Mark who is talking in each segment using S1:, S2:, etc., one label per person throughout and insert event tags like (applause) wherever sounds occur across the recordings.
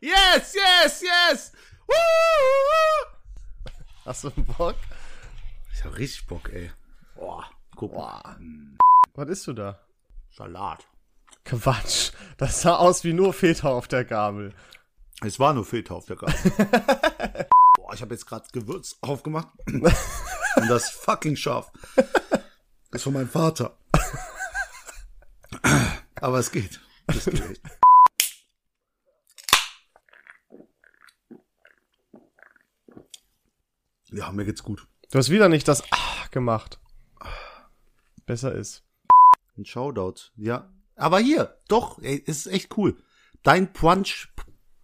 S1: Yes, yes, yes! Woo!
S2: Hast du einen Bock?
S1: Ich hab richtig Bock, ey. Boah, guck mal.
S2: Was isst du da?
S1: Salat.
S2: Quatsch. Das sah aus wie nur Feta auf der Gabel.
S1: Es war nur Feta auf der Gabel. (laughs) Boah, ich habe jetzt gerade Gewürz aufgemacht. Und das ist fucking scharf. Das ist von meinem Vater. Aber es geht. Das geht. echt. Ja, mir geht's gut.
S2: Du hast wieder nicht das Ah gemacht. Besser ist.
S1: Ein Shoutout, ja. Aber hier, doch, ey, es ist echt cool. Dein Punch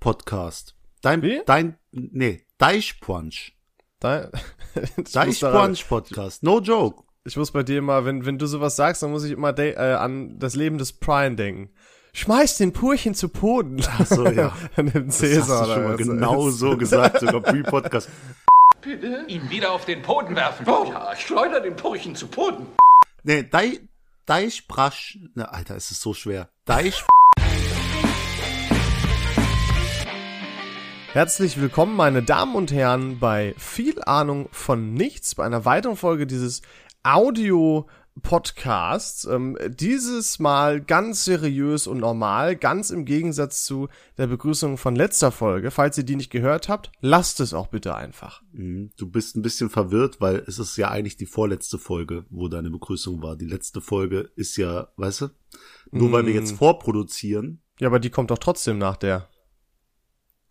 S1: Podcast. Dein,
S2: Wie?
S1: dein, nee, Deich Punch.
S2: Dein, (laughs) ich, muss
S1: Deich
S2: daran,
S1: Punch Podcast. No joke.
S2: ich muss bei dir immer, wenn, wenn du sowas sagst, dann muss ich immer de äh, an das Leben des Brian denken. Schmeiß den Purchen zu Boden. Ach
S1: so, ja.
S2: (laughs) An den
S1: Das
S2: Cäsar.
S1: hast du schon
S2: oder
S1: mal
S2: was.
S1: genau so gesagt, sogar Pre-Podcast.
S3: Ihn wieder auf den Boden werfen. Oh, ja, schleuder den Purchen zu Boden.
S1: Nee, Dei, Deichbrasch. Ne, Alter, es ist so schwer. Deich.
S2: Herzlich willkommen, meine Damen und Herren, bei Viel Ahnung von Nichts, bei einer weiteren Folge dieses Audio-Podcasts. Ähm, dieses Mal ganz seriös und normal, ganz im Gegensatz zu der Begrüßung von letzter Folge. Falls ihr die nicht gehört habt, lasst es auch bitte einfach.
S1: Mhm, Du bist ein bisschen verwirrt, weil es ist ja eigentlich die vorletzte Folge, wo deine Begrüßung war. Die letzte Folge ist ja, weißt du, nur weil wir
S2: Mhm.
S1: jetzt vorproduzieren.
S2: Ja, aber die kommt doch trotzdem nach der.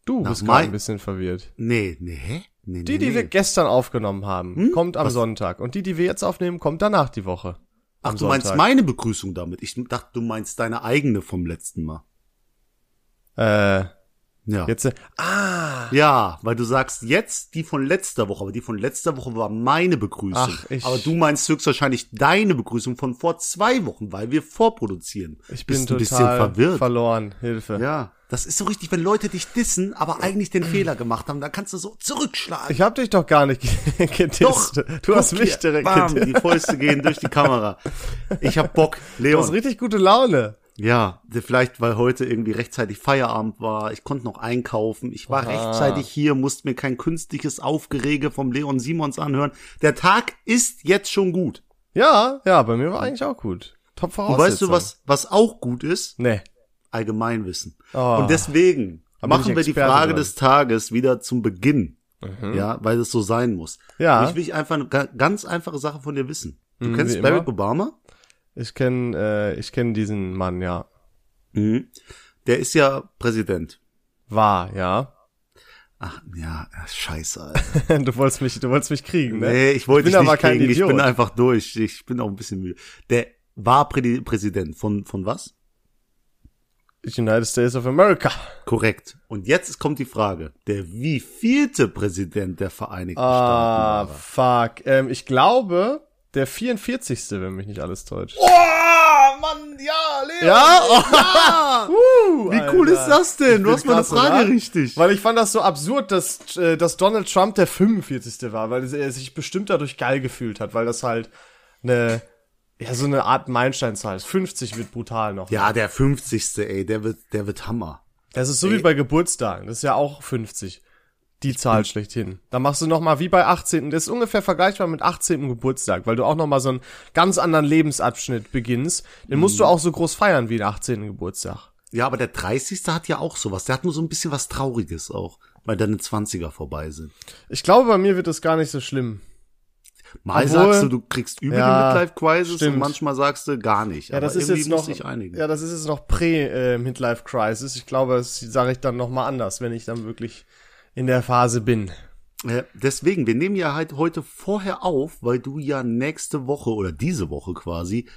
S2: Du
S1: Nach
S2: bist gerade
S1: mein-
S2: ein bisschen verwirrt.
S1: Nee, nee, hä? Nee,
S2: Die,
S1: nee,
S2: die
S1: nee. Hm?
S2: wir gestern aufgenommen haben, kommt am
S1: Was?
S2: Sonntag. Und die, die wir jetzt aufnehmen, kommt danach die Woche.
S1: Ach,
S2: am
S1: du meinst
S2: Sonntag.
S1: meine Begrüßung damit. Ich dachte, du meinst deine eigene vom letzten Mal.
S2: Äh,
S1: Ja.
S2: jetzt. äh, Ah!
S1: Ja, weil du sagst jetzt die von letzter Woche, aber die von letzter Woche war meine Begrüßung.
S2: Ach, ich-
S1: aber du meinst höchstwahrscheinlich deine Begrüßung von vor zwei Wochen, weil wir vorproduzieren.
S2: Ich bin
S1: Bist
S2: total
S1: ein bisschen verwirrt.
S2: verloren. Hilfe.
S1: ja, das ist so richtig, wenn Leute dich dissen, aber eigentlich den Fehler gemacht haben, dann kannst du so zurückschlagen.
S2: Ich hab dich doch gar nicht (laughs) gedisst.
S1: Doch,
S2: du
S1: guck
S2: hast mich
S1: hier,
S2: direkt
S1: Bam,
S2: gedisst.
S1: die Fäuste gehen durch die Kamera. Ich hab Bock,
S2: Du hast
S1: Leon.
S2: richtig gute Laune.
S1: Ja, vielleicht weil heute irgendwie rechtzeitig Feierabend war. Ich konnte noch einkaufen. Ich war rechtzeitig hier, musste mir kein künstliches Aufgerege vom Leon Simons anhören. Der Tag ist jetzt schon gut.
S2: Ja, ja, bei mir war eigentlich auch gut. Top
S1: Und
S2: Voraussetzung.
S1: weißt du, was was auch gut ist?
S2: Nee.
S1: Allgemeinwissen.
S2: Oh.
S1: Und deswegen
S2: Da bin ich
S1: machen wir die
S2: Experte
S1: Frage
S2: drin. Mhm.
S1: des Tages wieder zum Beginn. Ja, weil es so sein muss.
S2: Ja.
S1: Und Ich will einfach eine ga- ganz einfache Sache von dir wissen. Du
S2: Mhm,
S1: kennst
S2: wie
S1: Barack
S2: immer.
S1: Obama?
S2: Ich kenne äh, ich kenn diesen Mann, ja.
S1: Mhm. Der ist ja Präsident.
S2: War, ja. (laughs)
S1: Ach, ja, scheiße, Alter.
S2: du wolltest mich, du wolltest mich kriegen, ne?
S1: Nee, ich wollte
S2: Ich
S1: dich
S2: bin
S1: nicht
S2: aber kein
S1: kriegen. Ich
S2: Idiot.
S1: bin einfach durch. Ich bin auch ein bisschen müde. Der war Prä Präsident von, von was?
S2: United States of America.
S1: Korrekt. Und jetzt kommt die Frage. Der wievielte Präsident der Vereinigten
S2: Ah,
S1: Staaten war?
S2: fuck. Ähm, ich glaube, der 44. wenn mich nicht alles täuscht.
S1: Oh, Mann, ja, Leo.
S2: Ah, Ja? Oh,
S1: Ja.
S2: uh,
S1: Wie cool ist das denn? Du
S2: bin
S1: hast meine
S2: krass,
S1: Frage
S2: oder?
S1: richtig.
S2: Weil ich fand das so absurd, dass, äh, dass Donald Trump der 45. war, weil er sich bestimmt dadurch geil gefühlt hat, weil das halt eine, ja, so eine Art Meilensteinzahl ist. 50 wird brutal noch.
S1: Ja, der 50. ey, der wird, der wird Hammer.
S2: Das ist so wie bei Geburtstagen, das ist ja auch 50. Die Zahl schlechthin. Da machst du nochmal wie bei 18. Das ist ungefähr vergleichbar mit 18. Geburtstag, weil du auch nochmal so einen ganz anderen Lebensabschnitt beginnst. Den musst du auch so groß feiern wie den 18. Geburtstag.
S1: Ja, aber der 30. hat ja auch sowas. Der hat nur so ein bisschen was Trauriges auch, weil deine 20er vorbei sind.
S2: Ich glaube, bei mir wird das gar nicht so schlimm.
S1: Mal
S2: Obwohl-
S1: sagst du, du kriegst übel
S2: Ja,
S1: die Midlife Crisis
S2: stimmt.
S1: und manchmal sagst du gar nicht.
S2: Ja, das ist
S1: irgendwie
S2: jetzt
S1: muss
S2: noch,
S1: ich einigen.
S2: ja, das ist jetzt noch Prä-Midlife-Crisis. ich glaube, das sage ich dann nochmal anders, wenn ich dann wirklich in der Phase bin.
S1: Äh, Deswegen, wir nehmen ja halt heute vorher auf, weil du ja nächste Woche oder diese Woche quasi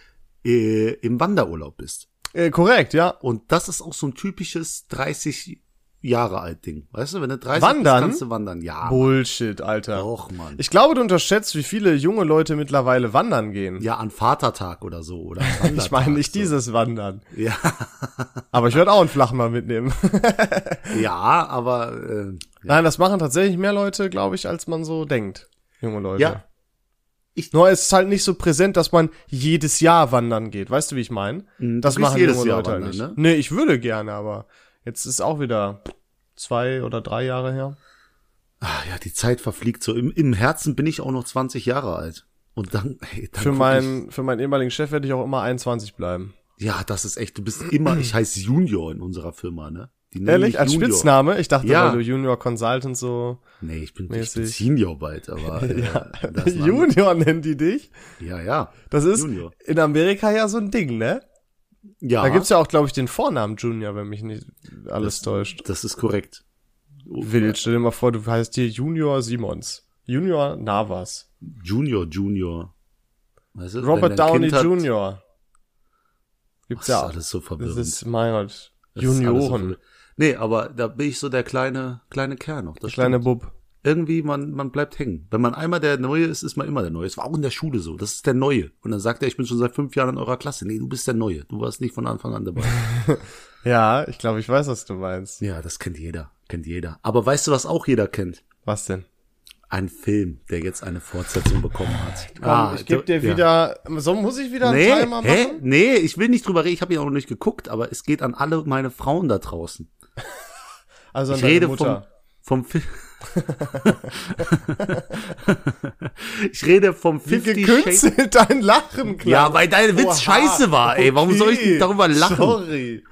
S1: äh, im Wanderurlaub bist.
S2: Äh, korrekt, ja.
S1: Und das ist auch so ein typisches 30 Jahre alt Ding. Weißt du, wenn du 30
S2: Wandern?
S1: bist, kannst du wandern. Ja,
S2: Bullshit, Alter.
S1: doch, Mann.
S2: Ich glaube, du unterschätzt, wie viele junge Leute mittlerweile wandern gehen.
S1: ja, an Vatertag oder so. Oder am
S2: (laughs) ich
S1: Wandertag,
S2: meine nicht
S1: so.
S2: dieses Wandern.
S1: Ja,
S2: Aber ich werde auch einen Flachmann mitnehmen.
S1: ja aber äh,
S2: Nein, das machen tatsächlich mehr Leute, glaube ich, als man so denkt. Junge Leute.
S1: ja,
S2: Nur es ist halt nicht so präsent, dass man jedes Jahr wandern geht. Weißt du, wie ich meine?
S1: Mm, du
S2: Das
S1: gehst
S2: machen
S1: jedes
S2: junge
S1: Jahr
S2: Leute halt
S1: wandern, ne?
S2: nicht. Nee, ich würde gerne, aber jetzt ist auch wieder zwei oder drei Jahre her.
S1: Ah, ja, die Zeit verfliegt so. Im, Im Herzen bin ich auch noch 20 Jahre alt. Und dann, hey, dann
S2: Für
S1: guck
S2: meinen, für meinen ehemaligen Chef werde ich auch immer 21 bleiben.
S1: ich, ja, das ist echt, du bist immer, ich heiße Junior in unserer Firma, ne? Die nennen
S2: Ehrlich,
S1: mich
S2: als
S1: Junior.
S2: Spitzname? Ich dachte,
S1: Ja.
S2: weil du Junior Consultant so.
S1: Nee, ich bin, ich bin
S2: Mäßig.
S1: Senior bald,
S2: (laughs)
S1: aber äh, ja. Das ist ein anderes-
S2: Junior nennt die dich.
S1: Ja, ja.
S2: Das ist
S1: Junior.
S2: in Amerika ja so ein Ding, ne?
S1: Ja,
S2: Da gibt's ja auch, glaube ich, den Vornamen Junior, wenn mich nicht alles täuscht.
S1: das ist korrekt.
S2: Wild, stell dir mal vor, du heißt hier Junior Simons. Junior Navas.
S1: Junior, Junior. Weißt du,
S2: Robert
S1: wenn dein
S2: Downey
S1: Kind hat-
S2: Jr. Gibt's
S1: Das
S2: ja
S1: ist
S2: auch.
S1: alles so
S2: Das
S1: verwirrend.
S2: ist, mein Gott.
S1: Das ist alles so
S2: Junioren.
S1: verwirrend. nee, aber da bin ich so der kleine, kleine Kerl noch. Das
S2: Kleine
S1: stimmt.
S2: Bub.
S1: Irgendwie, man, man bleibt hängen. Wenn man einmal der Neue ist, ist man immer der Neue. Es war auch in der Schule so. Das ist der Neue. Und dann sagt er, ich bin schon seit fünf Jahren in eurer Klasse. Nee, du bist der Neue. Du warst nicht von Anfang an dabei.
S2: Ja, ich glaube, ich weiß, was du
S1: (laughs)
S2: meinst.
S1: ja, das kennt jeder. Kennt jeder. Aber weißt du, was auch jeder kennt?
S2: Was denn?
S1: Ein Film, der jetzt eine Fortsetzung bekommen hat.
S2: Komm, ich gebe
S1: Ah, du-
S2: dir wieder. So muss ich wieder
S1: Nee,
S2: einen Timer machen?
S1: hä? nee, ich will nicht drüber reden. Ich habe ihn auch noch nicht geguckt, aber es geht an alle meine Frauen da draußen.
S2: Also an
S1: Ich
S2: deine
S1: rede vom,
S2: Mutter.
S1: vom
S2: (laughs)
S1: Film. (laughs) ich rede vom
S2: Wie
S1: 50 Shades.
S2: gekünstelt dein Lachen, klar.
S1: Ja, weil dein Witz scheiße war, ey. Warum soll ich denn darüber lachen?
S2: Sorry.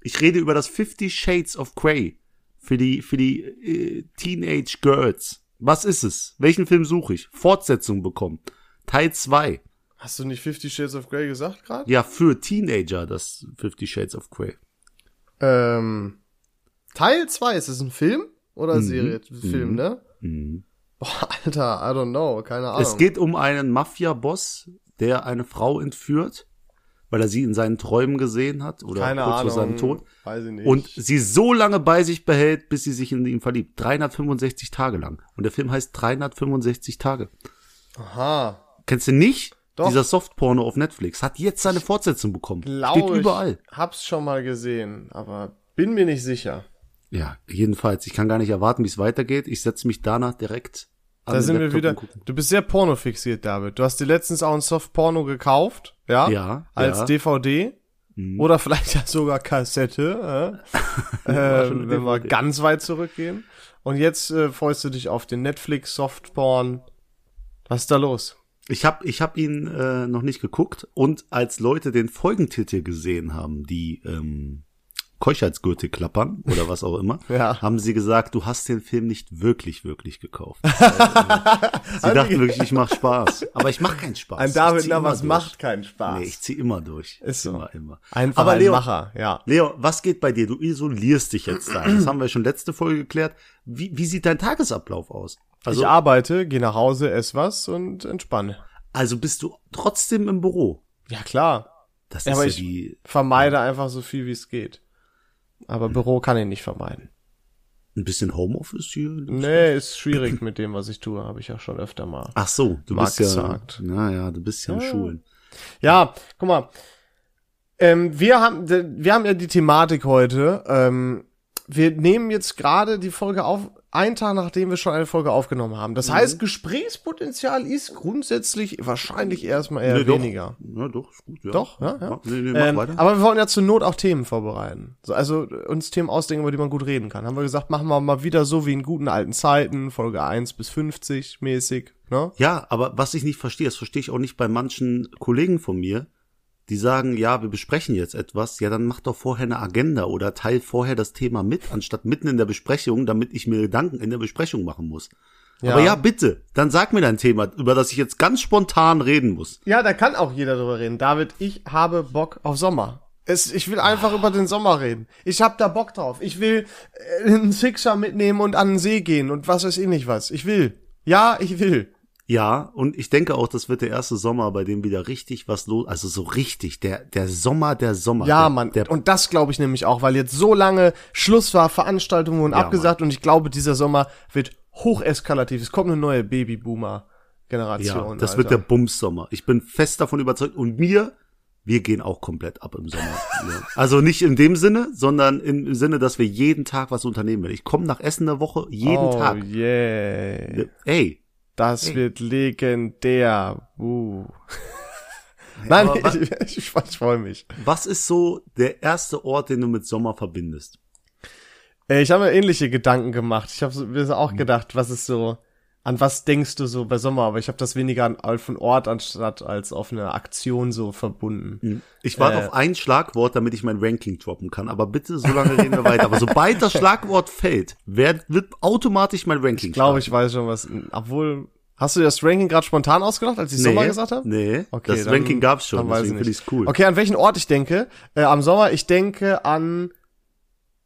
S1: Ich rede über das 50 Shades of Grey für die für die äh, Teenage Girls. Was ist es? Welchen Film suche ich? Fortsetzung bekommen. Teil 2.
S2: Hast du nicht 50 Shades of Grey gesagt gerade?
S1: Ja, für Teenager das 50 Shades of Grey.
S2: Ähm, Teil 2, ist es ein Film
S1: Mhm.
S2: oder Serie? Film, ne? Boah, (laughs) Alter, I don't know, keine Ahnung.
S1: Es geht um einen Mafia-Boss, der eine Frau entführt, weil er sie in seinen Träumen gesehen hat oder
S2: keine
S1: kurz
S2: Ahnung.
S1: vor seinem Tod.
S2: Weiß ich nicht.
S1: Und sie so lange bei sich behält, bis sie sich in ihn verliebt. 365 Tage lang. Und der Film heißt 365 Tage.
S2: Aha.
S1: Kennst du nicht?
S2: Doch.
S1: Dieser Softporno auf Netflix hat jetzt seine Fortsetzung bekommen. Steht
S2: Glaube ich,
S1: überall.
S2: hab's schon mal gesehen, aber bin mir nicht sicher.
S1: Ja, jedenfalls. Ich kann gar nicht erwarten, wie es weitergeht. Ich setze mich danach direkt an
S2: Da
S1: den
S2: sind wir
S1: Laptop
S2: wieder.
S1: und gucke.
S2: Du bist sehr porno fixiert, David. Du hast dir letztens auch ein Soft Porno gekauft, ja?
S1: Ja,
S2: Als
S1: ja. Mhm.
S2: DVD. Oder vielleicht ja sogar Kassette,
S1: (laughs)
S2: äh? ähm, wenn wir ganz weit zurückgehen. Und jetzt äh, freust du dich auf den Netflix Softporn. Was ist da los?
S1: Ich habe ich hab ihn äh, noch nicht geguckt und als Leute den Folgentitel gesehen haben, die ähm, Keuschheitsgürtel klappern oder was auch immer,
S2: (laughs) Ja.
S1: haben sie gesagt, du hast den Film nicht wirklich, wirklich
S2: (laughs)
S1: gekauft. Weil, äh, sie dachten wirklich, ich mache Spaß. Aber ich mache keinen Spaß.
S2: Also Ein
S1: Ich
S2: David
S1: zieh immer
S2: Navas
S1: durch.
S2: macht keinen Spaß.
S1: Nee, ich zieh immer durch.
S2: Ist so.
S1: Immer, immer.
S2: Einfach
S1: Aber
S2: ein
S1: Leo,
S2: Macher, ja.
S1: Leo, was geht bei dir? Du isolierst dich jetzt da.
S2: (clears throat)
S1: Das haben wir schon letzte Folge geklärt. Wie, wie sieht dein Tagesablauf aus?
S2: ich arbeite, gehe nach Hause, esse was und entspanne.
S1: also bist du trotzdem im Büro?
S2: Ja, klar.
S1: Das
S2: Ja,
S1: ist
S2: aber
S1: ja
S2: ich-
S1: die
S2: Vermeide einfach so viel, wie es geht. Aber Büro kann ich nicht vermeiden.
S1: ein bisschen Homeoffice hier.
S2: Nee, ist schwierig mit dem, was ich tue, habe ich ja schon öfter mal.
S1: Ach so, du
S2: Mag
S1: bist ja.
S2: gesagt.
S1: Naja, du bist ja, am Schulen.
S2: Ja, guck mal. Ähm, wir, haben, d- wir haben ja die Thematik heute. Ähm, wir nehmen jetzt gerade die Folge auf, einen Tag nachdem wir schon eine Folge aufgenommen haben. Das heißt, Gesprächspotenzial ist grundsätzlich wahrscheinlich erstmal eher
S1: Nee, doch.
S2: weniger.
S1: Ja, doch, ist gut, ja.
S2: Doch, ja, ja.
S1: Nee, nee, mach
S2: ähm,
S1: weiter.
S2: aber wir wollen ja zur Not auch Themen vorbereiten. So, Also äh, uns Themen ausdenken, über die man gut reden kann. Haben wir gesagt, machen wir mal wieder so wie in guten alten Zeiten, Folge 1 bis 50 mäßig. Ne?
S1: ja, aber was ich nicht verstehe, das verstehe ich auch nicht bei manchen Kollegen von mir, die sagen, ja, wir besprechen jetzt etwas, ja, dann mach doch vorher eine Agenda oder teil vorher das Thema mit, anstatt mitten in der Besprechung, damit ich mir Gedanken in der Besprechung machen muss. Aber ja, bitte, dann sag mir dein Thema, über das ich jetzt ganz spontan reden muss.
S2: Ja, da kann auch jeder drüber reden. David, ich habe Bock auf Sommer. Es, ich will einfach über den Sommer reden. Ich hab da Bock drauf. Ich will äh, einen Sixer mitnehmen und an den See gehen und was weiß ich nicht was. Ich will. Ja, ich will.
S1: Ja, und ich denke auch, das wird der erste Sommer, bei dem wieder richtig was los, also so richtig, der, der Sommer der Sommer.
S2: Ja,
S1: der,
S2: Mann.
S1: Der,
S2: und das glaube ich nämlich auch, weil jetzt so lange Schluss war, Veranstaltungen wurden abgesagt und ich glaube, dieser Sommer wird hocheskalativ. Es kommt eine neue Babyboomer-Generation.
S1: ja, das
S2: Alter.
S1: wird der Bums-Sommer. Ich bin fest davon überzeugt und wir, wir gehen auch komplett ab im Sommer. ja. Also nicht in dem Sinne, sondern im, im Sinne, dass wir jeden Tag was unternehmen werden. Ich komme nach Essen eine Woche, jeden
S2: oh,
S1: Tag.
S2: Yeah.
S1: Ey,
S2: Das wird legendär. Uh. Nein,
S1: aber wa-
S2: (laughs) ich, ich, ich freue mich.
S1: was ist so der erste Ort, den du mit Sommer verbindest?
S2: Äh, Ich habe mir ähnliche Gedanken gemacht. Ich habe mir so auch
S1: Hm.
S2: gedacht, was ist so, an was denkst du so bei Sommer? Aber ich habe das weniger an, auf einen Ort anstatt als auf eine Aktion so verbunden.
S1: Ich warte
S2: Äh.
S1: auf ein Schlagwort, damit ich mein Ranking droppen kann. Aber bitte, so lange reden wir weiter. Aber sobald
S2: (laughs)
S1: das Schlagwort fällt, werd, wird automatisch mein Ranking.
S2: Ich glaube, ich weiß schon was. Obwohl, hast du dir das Ranking gerade spontan ausgedacht, als ich Sommer gesagt habe?
S1: Nee,
S2: Okay,
S1: das
S2: dann-
S1: Ranking gab's
S2: dann
S1: schon,
S2: weiß
S1: deswegen
S2: ich
S1: finde
S2: nicht.
S1: ich's cool.
S2: Okay, an welchen Ort ich denke? Äh, am Sommer, ich denke an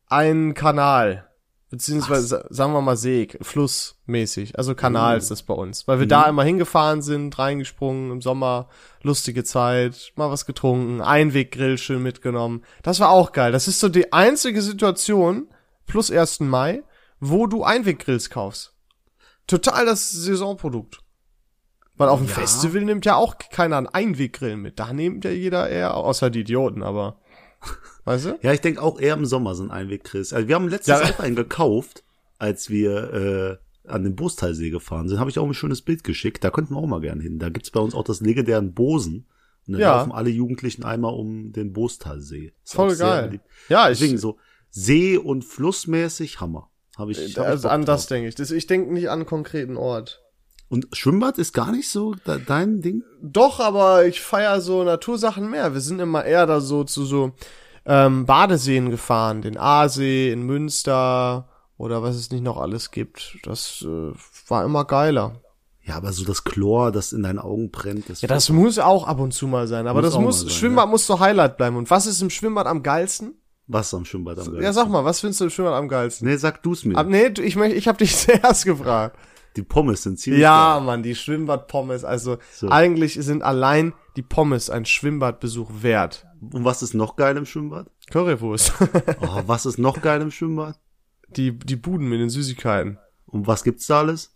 S2: einen Kanal. Beziehungsweise, sa- sagen wir mal See, flussmäßig. Also Kanal
S1: Mhm.
S2: ist das bei uns. Weil wir da immer hingefahren sind, reingesprungen im Sommer, lustige Zeit, mal was getrunken, Einweggrill schön mitgenommen. Das war auch geil. Das ist so die einzige Situation, plus 1. Mai, wo du Einweggrills kaufst. Total das Saisonprodukt. Weil auf dem Festival nimmt ja auch keiner einen Einweggrill mit. Da nimmt ja jeder eher, außer die
S1: (laughs)
S2: Idioten, aber. Weißt du?
S1: Ja, ich denke auch eher im Sommer sind Einweg, Chris. Also wir haben letztens
S2: Ja.
S1: auch einen gekauft, als wir äh, an den Boostalsee gefahren sind. Habe ich auch ein schönes Bild geschickt. Da könnten wir auch mal gern hin. Da gibt's bei uns auch das legendären Bosen. Und da
S2: Ja.
S1: laufen alle Jugendlichen einmal um den Boostalsee. Ist auch
S2: Voll
S1: sehr
S2: geil.
S1: beliebt.
S2: Ja, ich,
S1: Deswegen so See- und Flussmäßig Hammer. Habe ich, hab ich
S2: also
S1: Bock
S2: an das
S1: drauf.
S2: denke ich. Das, ich denke nicht an einen konkreten Ort.
S1: Und Schwimmbad ist gar nicht so de dein Ding?
S2: Doch, aber ich feier so Natursachen mehr. Wir sind immer eher da so zu so ähm, Badeseen gefahren, den Aasee in Münster oder was es nicht noch alles gibt. Das äh, war immer geiler.
S1: Ja, aber so das Chlor, das in deinen Augen brennt. Das
S2: Ja, das muss auch ab und zu mal sein, aber
S1: Muss
S2: das
S1: auch
S2: muss,
S1: mal sein,
S2: Schwimmbad muss so Highlight bleiben. Und was ist im Schwimmbad am geilsten?
S1: Wasser am Schwimmbad am geilsten.
S2: Ja, sag mal, was findest du im Schwimmbad am geilsten?
S1: Nee, sag du's mir.
S2: Ab, nee, du- ich, möcht- ich habe dich (laughs) zuerst gefragt.
S1: Die Pommes sind ziemlich geil.
S2: Ja, Mann, die Schwimmbadpommes. Also
S1: So.
S2: eigentlich sind allein die Pommes ein Schwimmbadbesuch wert.
S1: Und was ist noch geil im Schwimmbad?
S2: Currywurst. (laughs)
S1: Oh, was ist noch geil im Schwimmbad?
S2: die, die Buden mit den Süßigkeiten.
S1: Und was gibt's da alles?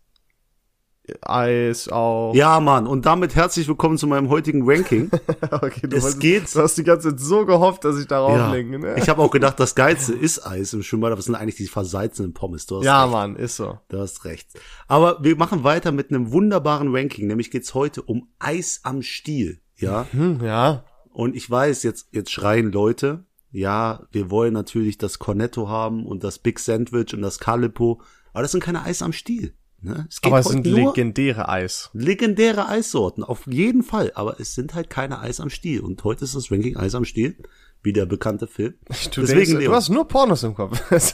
S2: Eis auch.
S1: Ja, Mann, und damit herzlich willkommen zu meinem heutigen Ranking.
S2: (laughs) okay, (laughs) du,
S1: Es
S2: wolltest-
S1: geht.
S2: du hast die ganze Zeit so gehofft, dass ich darauf
S1: ja.
S2: lenke. Ne?
S1: Ich habe auch gedacht, das Geilste ist Eis im Schwimmbad, aber es sind eigentlich die versalzenen Pommes. Du hast,
S2: ja, Mann, ist so.
S1: du hast recht. Aber wir machen weiter mit einem wunderbaren Ranking, nämlich geht's heute um Eis am Stiel.
S2: (laughs)
S1: Ja,
S2: Hm, ja.
S1: Und ich weiß, jetzt, jetzt schreien Leute, ja, wir wollen natürlich das Cornetto haben und das Big Sandwich und das Calippo, aber das sind keine Eis am Stiel. Ne? Es geht
S2: Aber es
S1: heute
S2: sind
S1: nur
S2: legendäre Eis.
S1: legendäre Eissorten, auf jeden Fall, aber es sind halt keine Eis am Stiel. Und heute ist das Ranking Eis am Stiel, wie der bekannte Film.
S2: (laughs) Du,
S1: Deswegen,
S2: denkst, du
S1: Leo,
S2: hast nur Pornos im Kopf. (laughs)
S1: das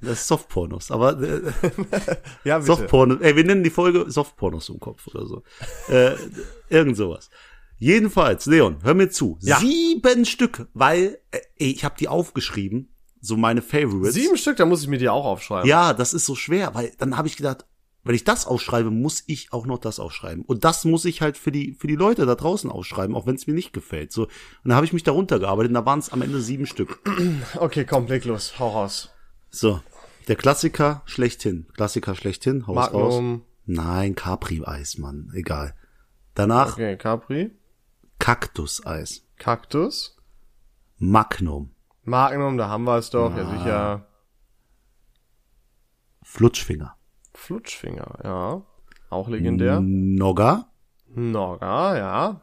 S1: ist Softpornos, aber äh,
S2: ja, bitte.
S1: Softpornos, ey, wir nennen die Folge Softpornos im Kopf oder
S2: (laughs)
S1: so. äh, irgend sowas. Jedenfalls, Leon, hör mir zu.
S2: Ja.
S1: Sieben Stück, weil äh, ey, ich habe die aufgeschrieben, so meine Favorites.
S2: Sieben Stück, da muss ich mir die auch aufschreiben.
S1: Ja, das ist so schwer, weil dann habe ich gedacht, wenn ich das aufschreibe, muss ich auch noch das aufschreiben. Und das muss ich halt für die für die Leute da draußen aufschreiben, auch wenn es mir nicht gefällt. So, und dann habe ich mich darunter gearbeitet. Und da waren es am Ende sieben Stück.
S2: Okay, komm, leg los. Hau raus.
S1: So, der Klassiker schlechthin, Klassiker schlechthin, haus raus.
S2: Magnum.
S1: Nein, Capri-Eis, Mann. Egal. Danach
S2: Okay, Capri.
S1: Kaktuseis.
S2: Kaktus.
S1: Magnum.
S2: Magnum, da haben wir es doch,
S1: Ah.
S2: ja sicher.
S1: Flutschfinger.
S2: Flutschfinger, ja. Auch legendär.
S1: Hm. Nogga.
S2: Norga, ja.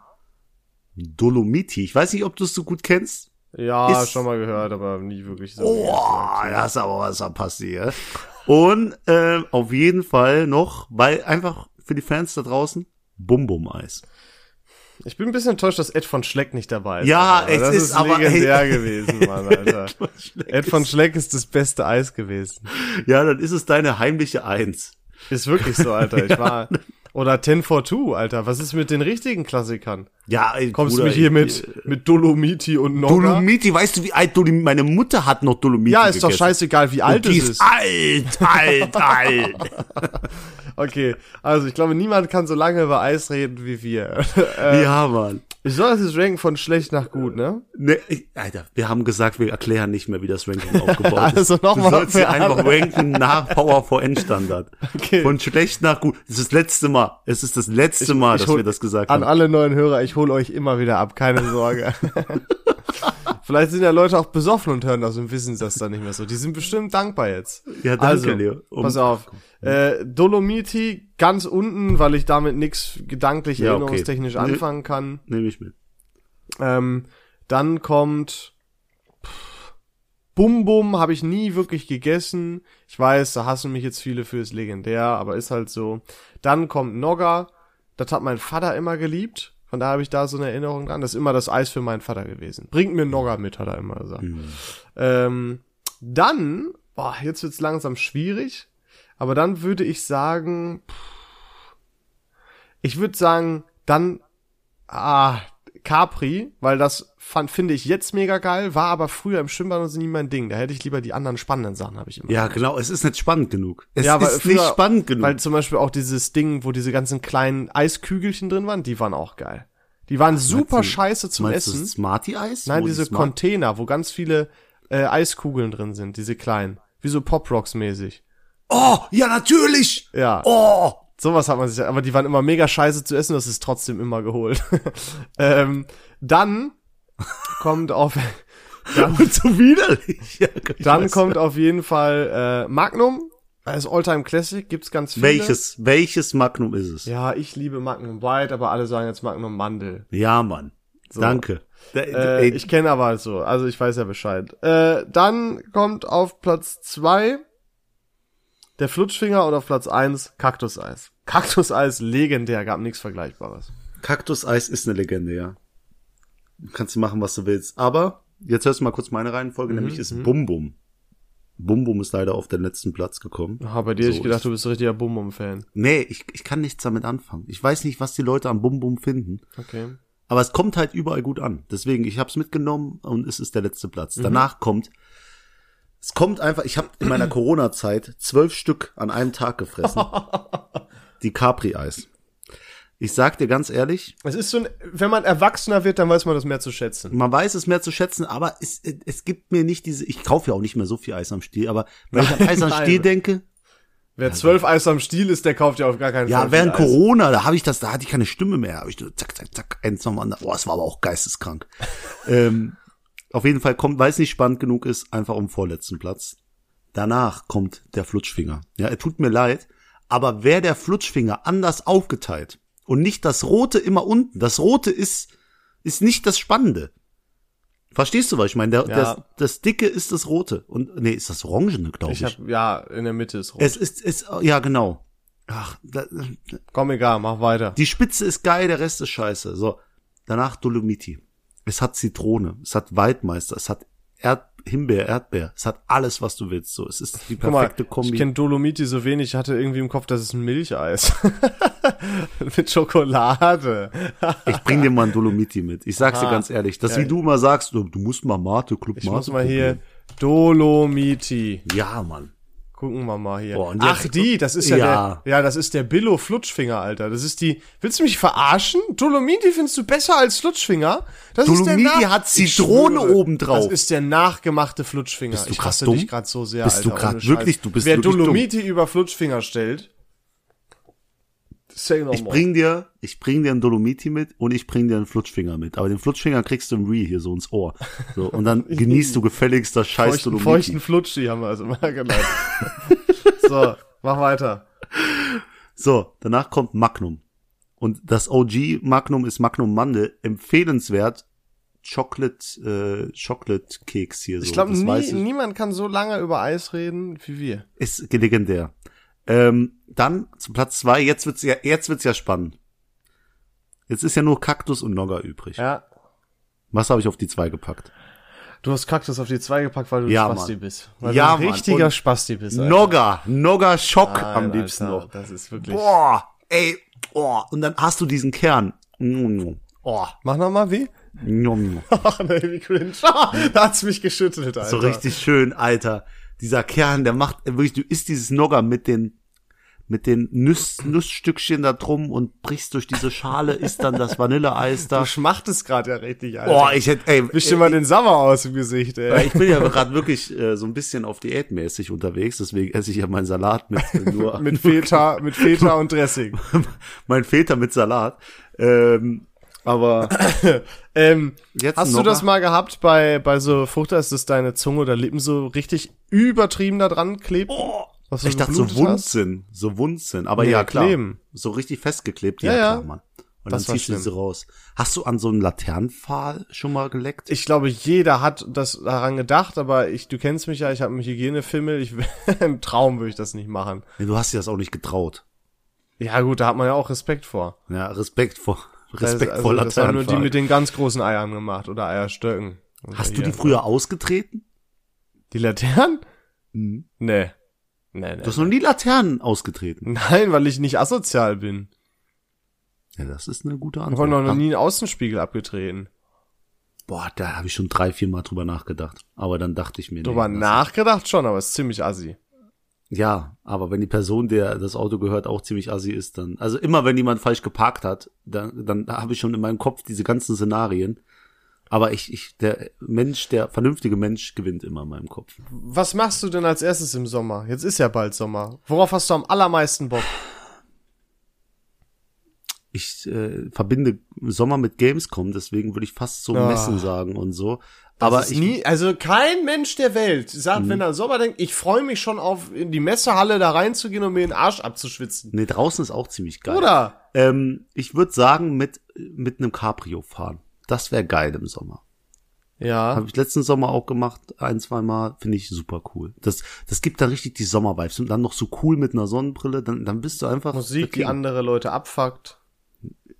S1: Dolomiti. Ich weiß nicht, ob du es so gut kennst.
S2: Ja,
S1: Ist- Oh.
S2: schon mal gehört, aber nie wirklich so.
S1: Boah, das ist aber was da passiert. Und ähm, auf jeden Fall noch, weil einfach für die Fans da draußen, Bum-Bum-Eis.
S2: Ich bin ein bisschen enttäuscht, dass Ed von Schleck nicht dabei ist.
S1: Ja,
S2: Alter.
S1: es
S2: das
S1: ist
S2: ist
S1: aber- (laughs)
S2: legendär gewesen, Mann, Alter. Ed von Schleck ist das beste Eis gewesen.
S1: Ja, dann ist es deine heimliche Eins.
S2: Ist wirklich
S1: (laughs)
S2: so, Alter. Ich war. Oder 10 for 2, Alter. Was ist mit den richtigen Klassikern?
S1: Ja, ey,
S2: Kommst
S1: Bruder,
S2: du mich hier
S1: ich-
S2: mit, mit Dolomiti und Norga?
S1: Dolomiti, weißt du, wie alt Dolomiti? Meine Mutter hat noch Dolomiti
S2: Ja, ist doch
S1: gegessen.
S2: scheißegal, wie alt
S1: Die
S2: es
S1: ist
S2: ist.
S1: alt, alt, alt.
S2: (laughs) Okay, also ich glaube, niemand kann so lange über Eis reden wie wir. (laughs) Äh,
S1: Ja, Mann.
S2: ich soll das jetzt ranken von schlecht nach gut, ne?
S1: Ne, ich- Alter, wir haben gesagt, wir erklären nicht mehr, wie das
S2: (laughs)
S1: Ranking aufgebaut ist.
S2: Also noch
S1: du
S2: mal
S1: sollst
S2: für
S1: sie einfach ranken nach PowerVN-Standard.
S2: Okay.
S1: Von schlecht nach gut. Das ist das letzte Mal. Es ist das letzte Mal,
S2: ich
S1: dass
S2: hol-
S1: wir das gesagt
S2: An
S1: haben.
S2: alle neuen Hörer, ich hole euch immer wieder ab, keine Sorge. (laughs) Vielleicht sind ja Leute auch besoffen und hören das und wissen das dann nicht mehr so. Die sind bestimmt dankbar jetzt.
S1: Ja, danke,
S2: also,
S1: Leo. Um-
S2: pass auf. Äh, Dolomiti ganz unten, weil ich damit nichts gedanklich
S1: Ja, okay.
S2: erinnerungstechnisch
S1: Nö.
S2: anfangen kann.
S1: Nehme ich mit.
S2: Ähm, dann kommt Bum Bum habe ich nie wirklich gegessen. Ich weiß, da hassen mich jetzt viele fürs legendär, aber ist halt so. Dann kommt Nogga. Das hat mein Vater immer geliebt. Von da habe ich da so eine Erinnerung dran. Das ist immer das Eis für meinen Vater gewesen. Bringt mir Nogga mit, hat er immer gesagt. Ähm, dann, boah, jetzt wird's langsam schwierig. Aber dann würde ich sagen, pff, ich würde sagen, dann Ah, Capri, weil das fand, finde ich jetzt mega geil, war aber früher im Schwimmbad und nie mein Ding. Da hätte ich lieber die anderen spannenden Sachen, habe ich immer.
S1: Ja, genau. Es ist nicht spannend genug. Es
S2: Ja, weil
S1: ist
S2: früher- halt
S1: nicht spannend genug.
S2: Weil zum Beispiel auch dieses Ding, wo diese ganzen kleinen Eiskügelchen drin waren, die waren auch geil. Die waren super
S1: du-
S2: scheiße zum
S1: Meinst du
S2: Essen.
S1: Smarty-Eis?
S2: Nein,
S1: Wo die
S2: diese
S1: Smart-
S2: Container, wo ganz viele äh, Eiskugeln drin sind, diese kleinen. Wie so Pop-Rocks mäßig.
S1: Oh, ja, natürlich!
S2: Ja.
S1: Oh!
S2: Sowas hat man sich, aber die waren immer mega scheiße zu essen, das ist trotzdem immer geholt. (laughs) ähm, dann
S1: (laughs)
S2: kommt auf,
S1: Und (laughs) so widerlich. Ja, ich
S2: dann
S1: weiß.
S2: kommt auf jeden Fall äh, Magnum. Als Alltime Classic gibt's ganz viele.
S1: Welches, welches Magnum ist es? Ja,
S2: Ja, ich liebe Magnum White, aber alle sagen jetzt Magnum Mandel.
S1: Mann. Danke. Da-
S2: Äh,
S1: ey,
S2: ich kenne aber so, also ich weiß ja Bescheid. Äh, dann kommt auf Platz zwei der Flutschfinger und auf Platz eins Kaktuseis. Kaktuseis legendär, gab nichts Vergleichbares.
S1: Kaktuseis ist eine Legende, ja. Kannst du machen, was du willst. Aber jetzt hörst du mal kurz meine Reihenfolge, nämlich ist Bum Bum. Bum Bum ist leider auf den letzten Platz gekommen.
S2: Ah, bei dir hätte ich
S1: So
S2: gedacht, du bist ein richtiger Bum-Bum-Fan.
S1: Nee, ich, ich kann nichts damit anfangen. Ich weiß nicht, was die Leute am Bum Bum finden.
S2: Okay.
S1: Aber es kommt halt überall gut an. Deswegen, ich habe es mitgenommen und es ist der letzte Platz. Danach kommt, es kommt einfach, ich habe in meiner Corona-Zeit zwölf Stück an einem Tag gefressen. die Capri-Eis. Ich sag dir ganz ehrlich,
S2: Es ist so ein, wenn man erwachsener wird, dann weiß man das mehr zu schätzen.
S1: man weiß es mehr zu schätzen, aber es, es gibt mir nicht diese, ich kaufe ja auch nicht mehr so viel Eis am Stiel, aber wenn ich
S2: (laughs)
S1: an Eis am
S2: nein.
S1: Stiel denke,
S2: Wer zwölf Eis am Stiel ist, der kauft ja auf gar keinen Fall.
S1: ja,
S2: viel
S1: während
S2: Eis.
S1: Corona, da habe ich das, da hatte ich keine Stimme mehr, habe ich nur zack, zack, zack, eins nach dem anderen. Oh, es war aber auch
S2: (laughs)
S1: geisteskrank. ähm, auf jeden Fall kommt, weil es nicht spannend genug ist, einfach um den vorletzten Platz. Danach kommt der Flutschfinger. Ja, er tut mir leid, aber wäre der Flutschfinger anders aufgeteilt und nicht das Rote immer unten, das Rote ist, ist nicht das Spannende. Verstehst du, was ich meine? Der,
S2: Ja.
S1: das, das Dicke ist das Rote. Und, nee, ist das Orangene, glaube ich.
S2: Ich hab, ja, in der Mitte ist rot.
S1: es ist, es, ja, genau. Ach, da,
S2: Komm, egal, mach weiter.
S1: die Spitze ist geil, der Rest ist scheiße. So, danach Dolomiti. Es hat Zitrone, es hat Waldmeister, es hat Erd Himbeer, Erdbeer, es hat alles, was du willst. So, es ist die
S2: Guck mal,
S1: perfekte
S2: ich
S1: Kombi.
S2: kenne Dolomiti so wenig, ich hatte irgendwie im Kopf, das ist ein Milcheis. (laughs) Mit Schokolade.
S1: Ich, bring dir mal ein Dolomiti mit. Ich sag's dir
S2: Aha.
S1: ganz ehrlich, das wie du immer sagst, du, du musst mal Mate Club
S2: Ich muss mal hier Dolomiti.
S1: Ja, Mann.
S2: Gucken wir mal hier.
S1: Boah, und
S2: Ach
S1: jetzt-
S2: die, das ist ja,
S1: Ja.
S2: der ja, das ist der Billo Flutschfinger, Alter. Das ist die Willst du mich verarschen? Dolomiti findest du besser als Flutschfinger? Das
S1: Dolomiti
S2: Nach-
S1: hat
S2: Ich
S1: Zitrone
S2: schwöre,
S1: obendrauf.
S2: Das ist der nachgemachte Flutschfinger.
S1: Bist du
S2: ich
S1: grad
S2: hasse
S1: dumm?
S2: dich gerade so sehr,
S1: Bist
S2: Alter.
S1: du grad
S2: ohne Scheiß.
S1: wirklich- du bist
S2: Wer
S1: wirklich dumm.
S2: Dolomiti über Flutschfinger stellt, say no
S1: Ich
S2: more.
S1: bring dir, ich bring dir ein Dolomiti mit und ich bring dir einen Flutschfinger mit. Aber den Flutschfinger kriegst du im Re hier so ins Ohr. So, und
S2: (laughs)
S1: dann genießt du gefälligst das scheiß
S2: feuchten,
S1: Dolomiti.
S2: feuchten Flutschi haben wir also mal (laughs) geleitet. so, mach weiter.
S1: So, danach kommt Magnum. Und das OG Magnum ist Magnum Mandel. Empfehlenswert. Chocolate, äh, Chocolate Keks hier so.
S2: Ich glaube,
S1: das weiß
S2: nie,
S1: ich.
S2: niemand kann so lange über Eis reden wie wir.
S1: Ist legendär. Ähm, dann zu Platz zwei. Jetzt wird's ja, jetzt wird's ja spannend. Jetzt ist ja nur Kaktus und Nogger übrig.
S2: Ja.
S1: Was habe ich auf die zwei gepackt?
S2: Du hast Kaktus auf die zwei gepackt, weil du
S1: Ja,
S2: ein Spasti
S1: Mann.
S2: bist. Weil
S1: Ja,
S2: du ein
S1: Mann.
S2: richtiger
S1: Und
S2: Spasti bist. Alter.
S1: Nogger, Nogger Schock
S2: Nein,
S1: am liebsten
S2: Alter,
S1: noch.
S2: Das ist wirklich.
S1: Boah, ey, boah. Und dann hast du diesen Kern. Mm, Oh,
S2: Mach
S1: (laughs)
S2: nochmal wie?
S1: mm.
S2: Ach nee, wie cringe. (laughs) da hat's mich geschüttelt, Alter.
S1: So richtig schön, Alter. Dieser Kern, der macht wirklich, du isst dieses Nogger mit den mit den Nuss, Nussstückchen da drum und brichst durch diese Schale, isst dann das Vanilleeis
S2: Du
S1: da.
S2: schmachtest gerade ja richtig, Alter.
S1: Boah, ich hätte, ey,
S2: Wie
S1: ich,
S2: steht mal den Sommer aus im Gesicht, ey.
S1: ich bin ja gerade wirklich äh, so ein bisschen auf Diätmäßig unterwegs, deswegen esse ich ja meinen Salat mit äh, nur
S2: (laughs) Mit Feta, mit Feta und Dressing.
S1: (laughs) mein Feta mit Salat. Ähm, aber
S2: (coughs) Ähm,
S1: Jetzt
S2: hast
S1: noch
S2: du das
S1: mal?
S2: mal gehabt bei, bei so Frucht, dass das deine Zunge oder Lippen so richtig übertrieben da dran klebt? was du
S1: Oh, ich dachte so
S2: geblutet hast?
S1: Wunzen, so Wunzen, aber
S2: Nee,
S1: ja klar,
S2: kleben.
S1: so richtig festgeklebt, ja,
S2: Ja, ja.
S1: klar, Mann. Und
S2: Das war
S1: dann ziehst du
S2: schlimm.
S1: sie raus. Hast du an so einen Laternenpfahl schon mal geleckt?
S2: Ich glaube, jeder hat das daran gedacht, aber ich, du kennst mich ja, ich habe einen Hygienefimmel, ich, (laughs) im Traum würde ich das nicht machen.
S1: Nee, du hast dir das auch nicht getraut.
S2: Ja gut, da hat man ja auch Respekt vor.
S1: Ja, Respekt vor,
S2: Das- also,
S1: Respekt vor
S2: das haben nur die
S1: Laternenpfahl.
S2: mit den ganz großen Eiern gemacht oder Eierstöcken. Oder
S1: Hast du die
S2: hier.
S1: früher ausgetreten?
S2: Die Laternen?
S1: Mhm.
S2: Nee. Nee, nee.
S1: Du hast noch nie Laternen ausgetreten.
S2: Nein, weil ich nicht asozial bin.
S1: Ja, das ist eine gute
S2: Ich habe
S1: Antwort.
S2: noch nie einen Außenspiegel abgetreten.
S1: Boah, da habe ich schon drei, vier Mal drüber nachgedacht. Aber dann dachte ich mir, nee,
S2: Drüber
S1: das-
S2: nachgedacht schon, aber ist ziemlich assi.
S1: Ja, aber wenn die Person, der das Auto gehört, auch ziemlich assi ist, dann. Also immer wenn jemand falsch geparkt hat, dann, dann habe ich schon in meinem Kopf diese ganzen Szenarien. Aber ich, ich, der Mensch, der vernünftige Mensch gewinnt immer in meinem Kopf.
S2: Was machst du denn als erstes im Sommer? Jetzt ist ja bald Sommer. Worauf hast du am allermeisten Bock?
S1: Ich äh, verbinde Sommer mit Gamescom, deswegen würde ich fast so
S2: Ah.
S1: Messen sagen und so.
S2: Das
S1: Aber
S2: ist
S1: ich, Hm.
S2: nie, also kein Mensch der Welt sagt, wenn er an Sommer denkt, ich freue mich schon auf in die Messehalle da reinzugehen und mir den Arsch abzuschwitzen.
S1: nee, draußen ist auch ziemlich geil.
S2: Oder?
S1: Ähm, ich würde sagen, mit, mit einem Cabrio fahren. Das wäre geil im Sommer.
S2: Ja.
S1: Habe ich letzten Sommer auch gemacht, ein, zwei Mal Finde ich super cool. Das, das gibt dann richtig die Sommervibes. Und dann noch so cool mit einer Sonnenbrille, dann, dann bist du einfach.
S2: Musik, die
S1: der King.
S2: andere Leute abfuckt.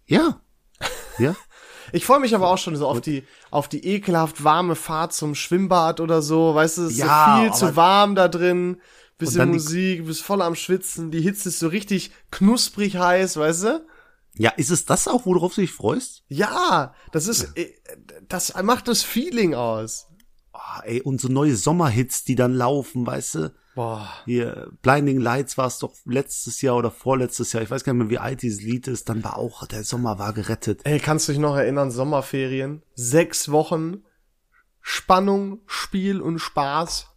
S1: Ja. Ja.
S2: Ich freue mich aber auch schon so auf die, auf die ekelhaft warme Fahrt zum Schwimmbad oder so. Weißt du, es ist
S1: Ja,
S2: so viel
S1: aber-
S2: zu warm da drin. Bisschen
S1: dann die-
S2: Musik, bist voll am Schwitzen. Die Hitze ist so richtig knusprig heiß, weißt du?
S1: ja, ist es das auch, worauf du dich freust?
S2: Ja, das ist, äh, das macht das Feeling aus.
S1: Ah, ey, und so neue Sommerhits, die dann laufen, weißt du?
S2: Boah.
S1: Hier, Blinding Lights war es doch letztes Jahr oder vorletztes Jahr. Ich weiß gar nicht mehr, wie alt dieses Lied ist. Dann war auch, der Sommer war gerettet.
S2: Ey, kannst du dich noch erinnern, Sommerferien? Sechs Wochen. Spannung, Spiel und Spaß.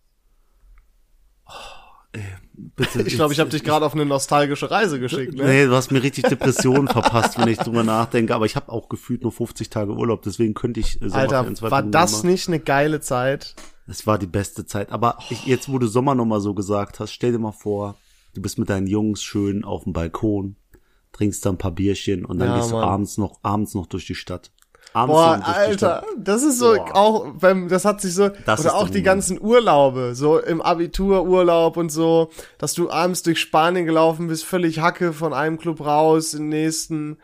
S1: Bitte.
S2: Ich glaube, ich habe dich gerade auf eine nostalgische Reise geschickt, ne?
S1: Nee, du hast mir richtig Depressionen verpasst, wenn ich drüber nachdenke. Aber ich habe auch gefühlt nur 50 Tage Urlaub, deswegen könnte ich äh,
S2: Alter,
S1: Sommerferien zwei
S2: war
S1: Tage
S2: das
S1: machen.
S2: nicht eine geile Zeit?
S1: Es war die beste Zeit. Aber ich, jetzt, wo du Sommer nochmal so gesagt hast, stell dir mal vor, du bist mit deinen Jungs schön auf dem Balkon, trinkst da ein paar Bierchen und dann
S2: Ja,
S1: gehst
S2: Mann.
S1: du abends noch, abends noch durch die Stadt. Abends
S2: Boah,
S1: noch durch die
S2: Alter,
S1: Stadt.
S2: das ist so
S1: Boah.
S2: auch, beim, das hat sich so,
S1: Das ist
S2: oder auch
S1: der
S2: die
S1: Moment.
S2: ganzen Urlaube, so im Abitururlaub und so, dass du abends durch Spanien gelaufen bist, völlig Hacke von einem Club raus, in den nächsten,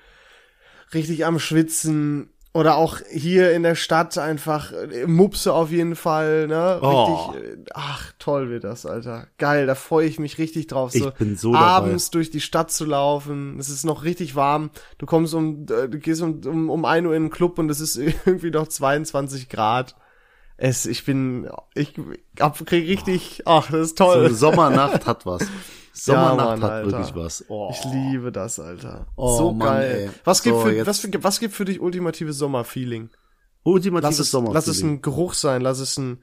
S2: richtig am Schwitzen. Oder auch hier in der Stadt einfach äh, Mupse auf jeden Fall, ne?
S1: Oh.
S2: Richtig, äh, ach, toll wird das, Alter. Geil, da freue ich mich richtig drauf.
S1: Ich
S2: So
S1: bin so dabei.
S2: abends durch die Stadt zu laufen. Es ist noch richtig warm. Du kommst um, äh, du gehst um, um, um 1 Uhr in den Club und es ist (laughs) irgendwie noch 22 Grad. Es, ich bin, ich hab, krieg richtig, ach, das ist
S1: So
S2: toll.
S1: eine Sommernacht hat
S2: (laughs)
S1: was. Sommernacht
S2: Mann,
S1: hat
S2: Alter.
S1: wirklich was. Oh.
S2: Ich liebe das, Alter.
S1: Oh,
S2: so
S1: Mann,
S2: geil.
S1: ey.
S2: Was gibt,
S1: So,
S2: für,
S1: jetzt-
S2: was, für, was gibt für dich ultimatives Sommerfeeling? Lass
S1: Ultimatives
S2: es,
S1: Sommer.
S2: lass es ein Geruch sein, lass es ein,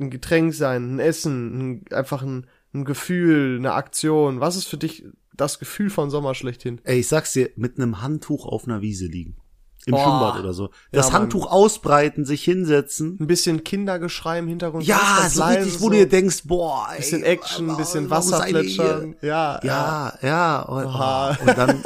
S2: ein Getränk sein, ein Essen, ein, einfach ein, ein Gefühl, eine Aktion. Was ist für dich das Gefühl von Sommer schlechthin?
S1: Ey, ich sag's dir, mit einem Handtuch auf einer Wiese liegen. Im
S2: Boah.
S1: Schwimmbad oder so. Das
S2: Mann.
S1: Handtuch ausbreiten, sich hinsetzen.
S2: Ein bisschen Kindergeschrei im Hintergrund. ganz,
S1: Ja,
S2: ganz
S1: so
S2: leise
S1: richtig, wo
S2: so.
S1: du dir denkst, boah, ey,
S2: Bisschen Action,
S1: warum-
S2: bisschen
S1: warum seid ihr
S2: Wasserplätschern.
S1: hier?
S2: Ja,
S1: Ja, ja. Und, oh, und dann,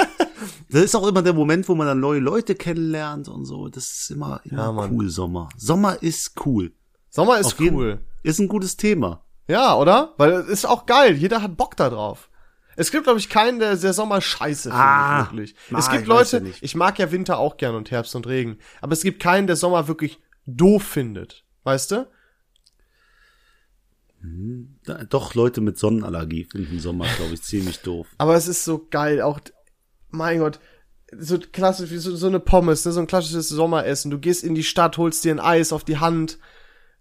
S1: das ist auch immer der Moment, wo man dann neue Leute kennenlernt und so. Das ist immer,
S2: Ja,
S1: immer
S2: Mann.
S1: cool, Sommer. Sommer ist cool.
S2: Sommer ist
S1: Auf jeden-
S2: cool.
S1: Ist ein gutes Thema.
S2: Ja, oder? Weil es ist auch geil. Jeder hat Bock da drauf. Es gibt, glaube ich, keinen, der, der Sommer scheiße findet,
S1: Ah,
S2: wirklich.
S1: na,
S2: es gibt
S1: ich weiß
S2: Leute,
S1: ja nicht.
S2: ich mag ja Winter auch gern und Herbst und Regen. Aber es gibt keinen, der Sommer wirklich doof findet. Weißt du?
S1: Da- Doch Leute mit Sonnenallergie finden Sommer, glaube ich, ziemlich doof.
S2: Aber es ist so geil, auch, mein Gott, so klassisch wie so, so eine Pommes, ne? so ein klassisches Sommeressen. Du gehst in die Stadt, holst dir ein Eis auf die Hand.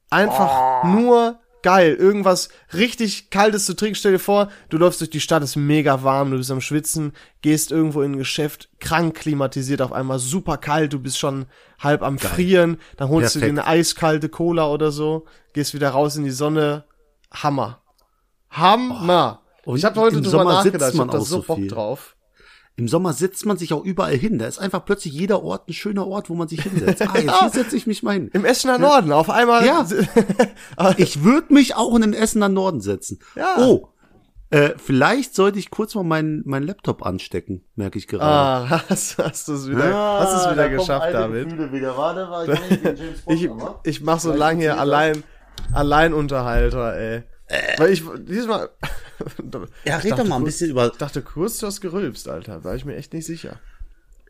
S2: Einfach nur geil. Irgendwas richtig Kaltes zu trinken. Stell dir vor, du läufst durch die Stadt, ist mega warm, du bist am Schwitzen, gehst irgendwo in ein Geschäft, krank klimatisiert, auf einmal super kalt, du bist schon halb am Frieren, dann holst du dir
S1: Perfekt.
S2: eine eiskalte Cola oder so, gehst wieder raus in die Sonne. Hammer. Hammer.
S1: Und
S2: ich habe heute
S1: Oh, im
S2: drüber
S1: Sommer sitzt
S2: nachgedacht, ich
S1: man
S2: hab
S1: auch
S2: da so
S1: so
S2: Bock
S1: viel.
S2: drauf.
S1: Im Sommer setzt man sich auch überall hin. Da ist einfach plötzlich jeder Ort ein schöner Ort, wo man sich hinsetzt. (laughs) Ah, jetzt hier setze ich mich mal hin.
S2: Im Essener Norden, auf einmal.
S1: Ja. Ich würde mich auch in den Essener Norden setzen.
S2: Ja.
S1: Oh, Äh, vielleicht sollte ich kurz mal meinen meinen Laptop anstecken, merke ich gerade.
S2: (laughs) Ah, hast, hast du es wieder, hast du's wieder geschafft, David.
S1: Wieder. Warte, war ich nicht James Bond,
S2: Ich, ich mach so lang hier allein, Alleinunterhalter, ey. Weil ich diesmal.
S1: ja,
S2: (laughs) Ich
S1: red doch
S2: dachte
S1: mal ein
S2: kurz-
S1: bisschen über.
S2: Ich dachte kurz, du hast gerülpst, Alter. War ich mir echt nicht sicher.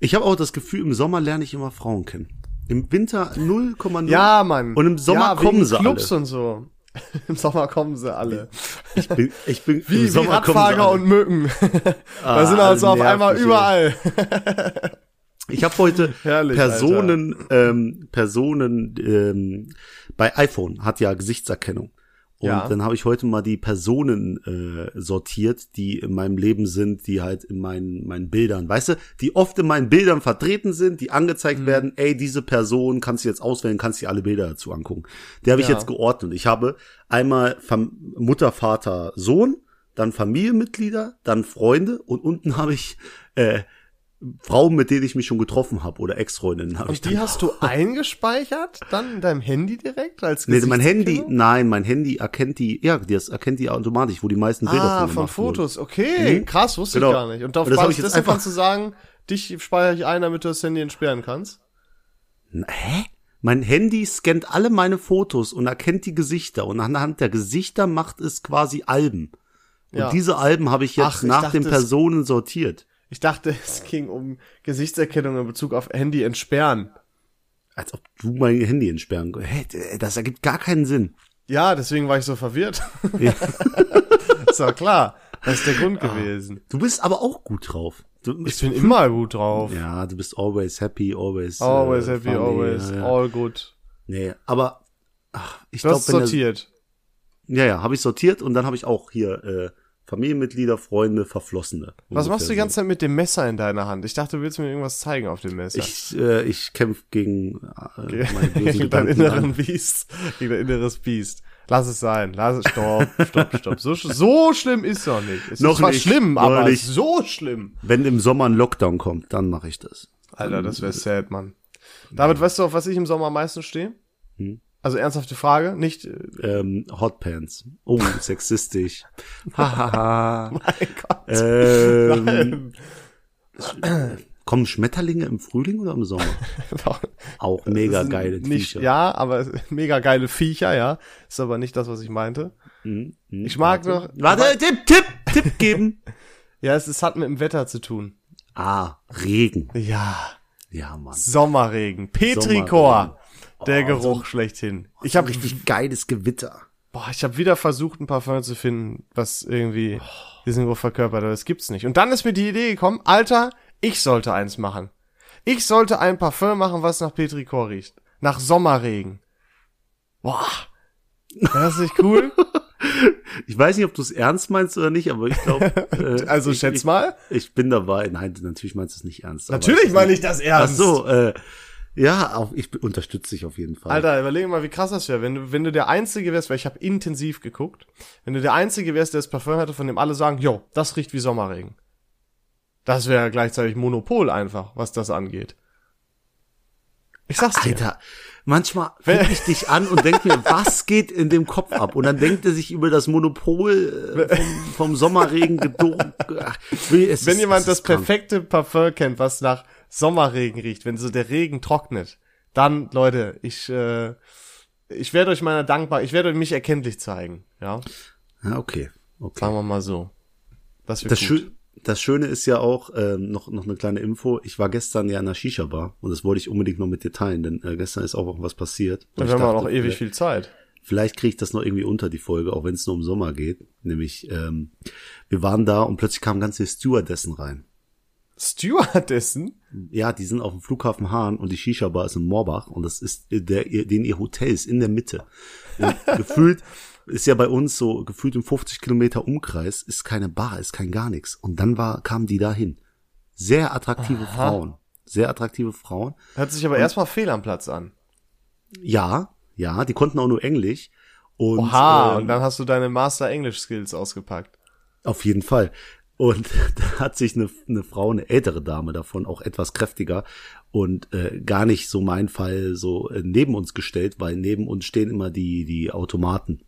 S1: Ich habe auch das Gefühl, im Sommer lerne ich immer Frauen kennen. Im Winter 0,0.
S2: Ja, Mann.
S1: Und im Sommer
S2: ja,
S1: kommen
S2: wegen
S1: sie
S2: Clubs
S1: alle.
S2: und so. (laughs) Im Sommer kommen sie (laughs) alle.
S1: Ich bin, ich bin
S2: Wie,
S1: im
S2: wie
S1: Sommer kommen sie
S2: Radfahrer
S1: alle. Ah,
S2: und Mücken. da sind also auf
S1: nervig,
S2: einmal
S1: ey.
S2: überall.
S1: Ich habe heute
S2: (laughs) Herrlich,
S1: Personen, ähm, Personen ähm, bei iPhone hat ja Gesichtserkennung. Und
S2: Ja.
S1: dann habe ich heute mal die Personen äh, sortiert, die in meinem Leben sind, die halt in meinen, meinen Bildern, weißt du, die oft in meinen Bildern vertreten sind, die
S2: Mhm.
S1: angezeigt werden, ey, diese Person kannst du jetzt auswählen, kannst dir alle Bilder dazu angucken. Die habe ich
S2: Ja.
S1: jetzt geordnet. Ich habe einmal Fam Mutter, Vater, Sohn, dann Familienmitglieder, dann Freunde und unten habe ich äh, Frauen, mit denen ich mich schon getroffen habe oder Ex-Freundinnen habe ich
S2: Und die
S1: dann.
S2: hast du eingespeichert? Dann in deinem Handy direkt? Als
S1: Nee, mein Handy,
S2: Gesichtserkennung?
S1: nein, mein Handy erkennt die, ja, das erkennt die automatisch, wo die meisten Bilder
S2: Ah,
S1: von,
S2: von
S1: gemacht wurden.
S2: Fotos. Okay,
S1: Mhm.
S2: krass, wusste
S1: Genau.
S2: ich gar nicht. Und, darauf
S1: Und das hab
S2: basis
S1: ich jetzt
S2: dessen
S1: einfach-
S2: kannst du sagen, dich speichere ich ein, damit du das Handy entsperren kannst.
S1: Na, Hä? Mein Handy scannt alle meine Fotos und erkennt die Gesichter und anhand der Gesichter macht es quasi Alben. Und
S2: Ja.
S1: diese Alben habe ich jetzt
S2: Ach, ich
S1: nach
S2: dachte,
S1: den
S2: es-
S1: Personen sortiert.
S2: Ich dachte, (laughs) es ging um Gesichtserkennung in Bezug auf Handy entsperren.
S1: Als ob du mein Handy entsperren könntest. Hä, äh, das ergibt gar keinen Sinn.
S2: Ja, deswegen war ich so verwirrt. (laughs) ist doch klar. Das ist der Grund
S1: Ah.
S2: gewesen.
S1: Du bist aber auch gut drauf. Du,
S2: Ich bin immer gut drauf.
S1: ja, du bist always happy, always. äh,
S2: Always happy,
S1: funny,
S2: always,
S1: ja, ja.
S2: all good.
S1: Nee, aber ach, ich
S2: Du
S1: glaube,
S2: hast sortiert.
S1: Ja, ja, habe ich sortiert und dann habe ich auch hier äh, Familienmitglieder, Freunde, Verflossene.
S2: Was machst du die
S1: Ungefähr
S2: ganze Zeit mit dem Messer in deiner Hand? Ich dachte, du willst mir irgendwas zeigen auf dem Messer.
S1: so. Ich, (laughs) äh, ich kämpfe gegen äh,
S2: (laughs)
S1: meine bösen
S2: Gegen dein
S1: Gedanken
S2: inneren
S1: an.
S2: Biest. Gegen dein inneres Biest. Lass es sein. Lass es. Stopp, stopp, stopp. So, sch- so schlimm ist doch nicht. Es
S1: Noch
S2: ist zwar
S1: nicht,
S2: schlimm,
S1: noch
S2: aber
S1: nicht.
S2: so schlimm.
S1: Wenn im Sommer ein Lockdown kommt, dann mache ich das.
S2: Alter, das wäre sad, Mann. David, weißt du, auf was ich im Sommer am meisten stehe?
S1: Hm?
S2: Also ernsthafte Frage, nicht äh,
S1: Ähm, Hotpants.
S2: (laughs)
S1: Oh, sexistisch. Hahaha.
S2: mein (laughs) Gott.
S1: ähm, kommen Schmetterlinge im Frühling oder im Sommer? Auch mega
S2: sind
S1: geile
S2: nicht,
S1: T-Shirts.
S2: Ja, aber (laughs) es- mega geile Viecher, ja. Ist aber nicht das, was ich meinte. Ich mag noch.
S1: Hm? Warte, Tipp, Tipp, Tipp geben.
S2: Ja, es, es hat mit dem Wetter zu tun.
S1: ah, Regen.
S2: Ja.
S1: Ja, Mann.
S2: Sommerregen. Oh, also, Petrichor. Der Geruch schlechthin. Ich habe
S1: richtig geiles Gewitter.
S2: boah, ich habe wieder versucht, ein Parfum zu finden, was irgendwie diesen Geruch verkörpert, aber das gibt's nicht. Und dann ist mir die Idee gekommen, Alter, ich sollte eins machen. Ich sollte ein Parfum machen, was nach Petrichor riecht. Nach Sommerregen. Boah. Wäre das nicht (laughs) cool?
S1: Ich weiß nicht, ob du es ernst meinst oder nicht, aber ich
S2: (laughs)
S1: glaube. Äh,
S2: Also
S1: ich,
S2: schätz mal.
S1: Ich, ich bin dabei. Nein, natürlich meinst du es nicht ernst. aber
S2: Natürlich
S1: es-
S2: meine ich das
S1: Ach
S2: ernst.
S1: so, äh, ja, auch ich be- unterstütze dich auf jeden Fall.
S2: Alter, überlege mal, wie krass das wäre, wenn du, wenn du der Einzige wärst, weil ich habe intensiv geguckt, wenn du der Einzige wärst, der das Parfum hatte, von dem alle sagen, jo, das riecht wie Sommerregen. Das wäre gleichzeitig Monopol einfach, was das angeht. Ich sag's dir.
S1: Alter, manchmal gucke ich dich an und denke mir, was geht in dem Kopf ab? Und dann denkt er sich über das Monopol äh, vom, vom Sommerregen
S2: (laughs)
S1: gedogen.
S2: wenn jemand das perfekte Parfum kennt, was nach Sommerregen riecht, wenn so der Regen trocknet, dann, Leute, ich, äh, ich werde euch meiner dankbar, ich werde mich erkenntlich zeigen, ja.
S1: Ja, okay. okay.
S2: Sagen wir mal so. Das wird
S1: Das,
S2: gut.
S1: Schö das Schöne ist ja auch, ähm, noch, noch eine kleine Info, ich war gestern ja in einer Shisha-Bar und das wollte ich unbedingt noch mit dir teilen, denn äh, gestern ist auch noch was passiert. Und
S2: Dann
S1: ich
S2: haben wir
S1: dachte, äh,
S2: noch ewig
S1: vielleicht-
S2: viel Zeit.
S1: Vielleicht kriege ich das noch irgendwie unter die Folge, auch wenn es nur um Sommer geht. Nämlich, ähm, wir waren da und plötzlich kamen ganze Stewardessen rein.
S2: Stewardessen?
S1: Ja, die sind auf dem Flughafen Hahn und die Shisha-Bar ist in Morbach und das ist äh, der, ihr- den ihr Hotel ist in der Mitte. Und gefühlt ist ja bei uns so, gefühlt im 50 Kilometer Umkreis ist keine Bar, ist kein gar nichts. Und dann war, kamen die dahin. Sehr attraktive Frauen. Sehr attraktive Frauen.
S2: Hört sich aber erstmal fehl am Platz an.
S1: Ja, ja, die konnten auch nur Englisch. Und,
S2: Oha,
S1: ähm,
S2: und dann hast du deine Master English Skills ausgepackt.
S1: Auf jeden Fall. Und (laughs) da hat sich eine, eine Frau, eine ältere Dame davon, auch etwas kräftiger und äh, gar nicht so mein Fall so äh, neben uns gestellt, weil neben uns stehen immer die, die Automaten.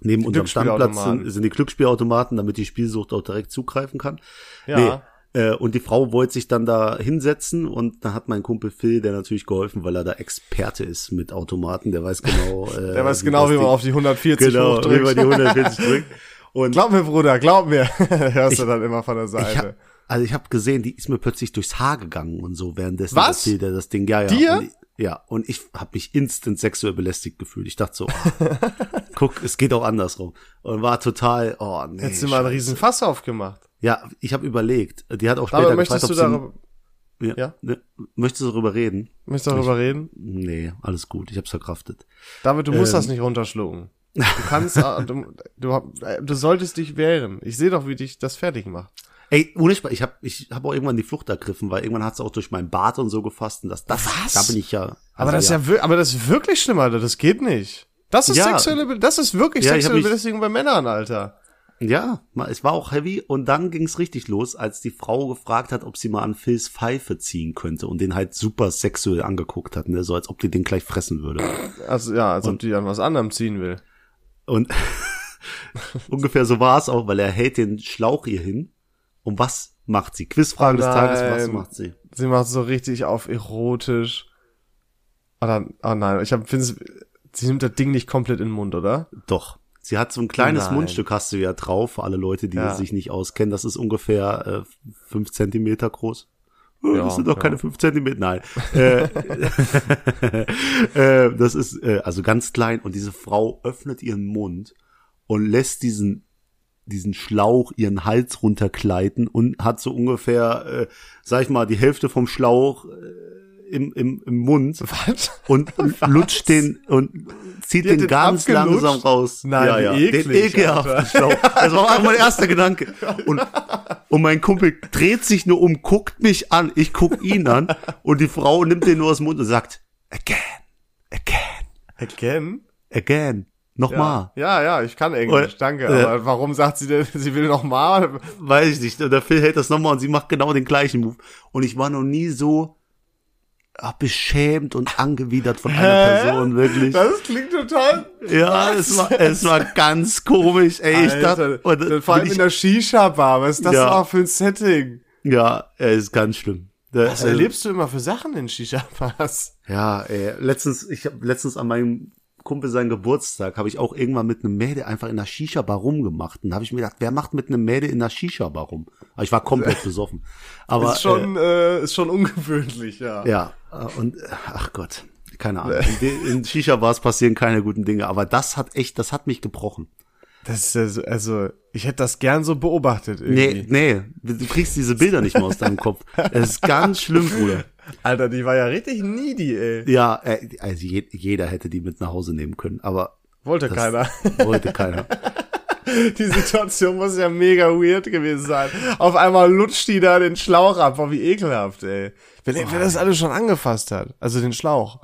S1: Neben unserem Standplatz
S2: Glücksspielautomaten.
S1: sind, sind die Glücksspielautomaten, damit die Spielsucht auch direkt zugreifen kann.
S2: Ja.
S1: Nee. Äh, und die Frau wollte sich dann da hinsetzen und da hat mein Kumpel Phil, der natürlich geholfen, weil er da Experte ist mit Automaten, der weiß genau, äh,
S2: (laughs) Der weiß genau, wie man auf die 140
S1: genau, wie man
S2: hochdrückt.
S1: die 140 drückt. Und
S2: (laughs) Glaub mir, Bruder, glaub mir. (laughs) Hörst du dann immer von der
S1: ich hab,
S2: Seite.
S1: also ich habe gesehen, die ist mir plötzlich durchs Haar gegangen und so währenddessen
S2: Was?
S1: dass sie da das Ding. Ja, ja.
S2: Dir?
S1: Und ich- ja, und ich habe mich instant sexuell belästigt gefühlt. Ich dachte so,
S2: (laughs)
S1: oh, guck, es geht auch andersrum. Und war total, oh nee.
S2: Jetzt sind wir einen riesen Fass aufgemacht.
S1: Ja, ich habe überlegt. Die hat auch später
S2: Aber
S1: gefragt,
S2: möchtest
S1: ob
S2: du
S1: sie,
S2: darüber,
S1: ja,
S2: ja?
S1: Ne, möchtest du darüber reden?
S2: möchtest du darüber reden?
S1: Nee, alles gut, ich hab's verkraftet.
S2: David, du musst das nicht runterschlucken. Du (laughs) kannst, äh, du, du, hab- äh, du solltest dich wehren. Ich sehe doch, wie dich das fertig macht.
S1: Ey, ohne Spaß, ich hab, ich hab auch irgendwann die Flucht ergriffen, weil irgendwann hat's auch durch meinen Bart und so gefasst und das, das,
S2: Was?
S1: da bin ich ja. also
S2: Aber das ist ja, wir- aber das ist wirklich schlimm, Alter. Das geht nicht. Das ist
S1: Ja.
S2: sexuelle, Be- das ist wirklich
S1: Ja, ich hab
S2: sexuelle
S1: mich-
S2: Belästigung bei Männern, Alter.
S1: Ja, ma- es war auch heavy und dann ging's richtig los, als die Frau gefragt hat, ob sie mal an Phils Pfeife ziehen könnte und den halt super sexuell angeguckt hat, ne? so als ob die den gleich fressen würde.
S2: Also ja, als ob die an was anderem ziehen will.
S1: Und (laughs) ungefähr so war's auch, weil er hält den Schlauch ihr hin. Und was macht sie? Quizfrage des Tages, was
S2: Nein.
S1: macht sie?
S2: Sie macht so richtig auf erotisch. Oder, oh nein, ich hab, find's, sie nimmt das Ding nicht komplett in den Mund, oder?
S1: Doch. Sie hat so ein kleines
S2: Nein.
S1: Mundstück, hast du ja drauf, für alle Leute, die
S2: Ja.
S1: sich nicht auskennen. Das ist ungefähr äh, fünf Zentimeter groß. Oh,
S2: Ja,
S1: das sind doch
S2: ja.
S1: keine fünf Zentimeter. Nein. (laughs) äh, äh, das ist äh, also ganz klein. Und diese Frau öffnet ihren Mund und lässt diesen diesen Schlauch ihren Hals runtergleiten und hat so ungefähr, äh, sag ich mal, die Hälfte vom Schlauch äh, im, im, im Mund
S2: Was?
S1: (laughs) und lutscht den und zieht
S2: Die hat
S1: den
S2: den
S1: ganz
S2: abgelutscht?
S1: langsam raus.
S2: Nein,
S1: ja,
S2: wie
S1: ja. den
S2: eklig,
S1: ekelhaften Schlauch. Das war auch mein erster Gedanke. Und, und mein Kumpel dreht sich nur um, guckt mich an, ich guck ihn an und die Frau nimmt den nur aus dem Mund und sagt, again, again,
S2: Again?
S1: again, nochmal.
S2: Ja, ja, ich kann Englisch,
S1: Und-
S2: danke.
S1: äh,
S2: aber warum sagt sie denn, sie will noch mal?
S1: Weiß ich nicht. Und der Phil hält das nochmal und sie macht genau den gleichen Move. Und ich war noch nie so ah, beschämt und angewidert von einer Person, wirklich.
S2: Das klingt total.
S1: Ja, es war, es war ganz komisch, ey. Ich dachte, und,
S2: Alter, vor allem
S1: bin
S2: in der Shisha-Bar, was ist das
S1: Ja.
S2: auch für ein Setting?
S1: ich, ja, es ist ganz schlimm. Da-
S2: Was
S1: äh,
S2: erlebst du immer für Sachen in Shisha-Bars?
S1: ja, ey, letztens, ich habe letztens an meinem Kumpel seinen Geburtstag, habe ich auch irgendwann mit einem Mädel einfach in der Shisha-Bar rumgemacht. Und da habe ich mir gedacht, wer macht mit einem Mädel in der Shisha-Bar rum? Aber ich war
S2: (laughs)
S1: komplett besoffen. Aber
S2: Ist schon, äh, ist schon ungewöhnlich, ja.
S1: äh, ja, äh, und äh, ach Gott, keine
S2: (laughs)
S1: Ahnung. In, de- in Shisha-Bars passieren keine guten Dinge, aber das hat echt, das hat mich gebrochen.
S2: Das ist ja so, also, ich hätte das gern so beobachtet irgendwie.
S1: Nee, nee, du kriegst diese Bilder nicht mehr aus deinem Kopf. Es ist ganz schlimm, Bruder.
S2: Alter, die war ja richtig needy, ey.
S1: Ja, äh, also je, jeder hätte die mit nach Hause nehmen können, aber
S2: Wollte keiner. (laughs)
S1: (laughs) wollte keiner.
S2: Die Situation muss ja mega weird gewesen sein. Auf einmal lutscht die da den Schlauch ab. Boah, wie ekelhaft, ey. Wenn, wenn das alles schon angefasst hat. Also den Schlauch.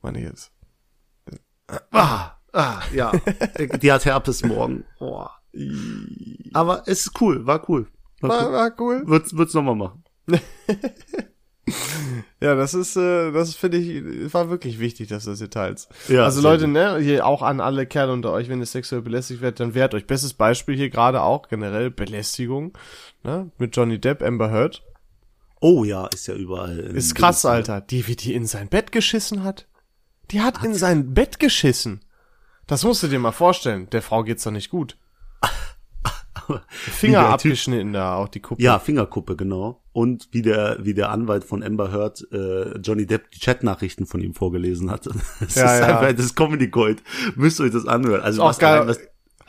S2: Meine ich jetzt.
S1: Ah, ah, ja. Die hat Herpes morgen. Oh. Aber es ist cool, war cool. War
S2: War,
S1: cool.
S2: war cool.
S1: Wird's, wird's nochmal machen.
S2: Ja, das ist, äh, das finde ich, war wirklich wichtig, dass du das hier teilst.
S1: Ja,
S2: also
S1: sehr
S2: Leute, ne, hier auch an alle Kerle unter euch, wenn ihr sexuell belästigt werdet, dann wehrt euch. Bestes Beispiel hier gerade auch, generell Belästigung, ne, mit Johnny Depp, Amber Heard.
S1: Oh ja, ist ja überall. in-
S2: Ist krass, Alter. Die, wie die in sein Bett geschissen hat. Die hat, in sein Bett geschissen. Das musst du dir mal vorstellen. Der Frau geht's doch nicht gut. Finger
S1: der Typ-
S2: abgeschnitten da, auch die Kuppel.
S1: Ja, Fingerkuppe, genau. Und wie der, wie der Anwalt von Amber Heard äh, Johnny Depp die Chatnachrichten von ihm vorgelesen hat. (laughs) Das
S2: Ja,
S1: ist
S2: ja.
S1: einfach das ist Comedy Gold. Müsst ihr euch das anhören. Also
S2: auch
S1: was
S2: geil.
S1: allein was-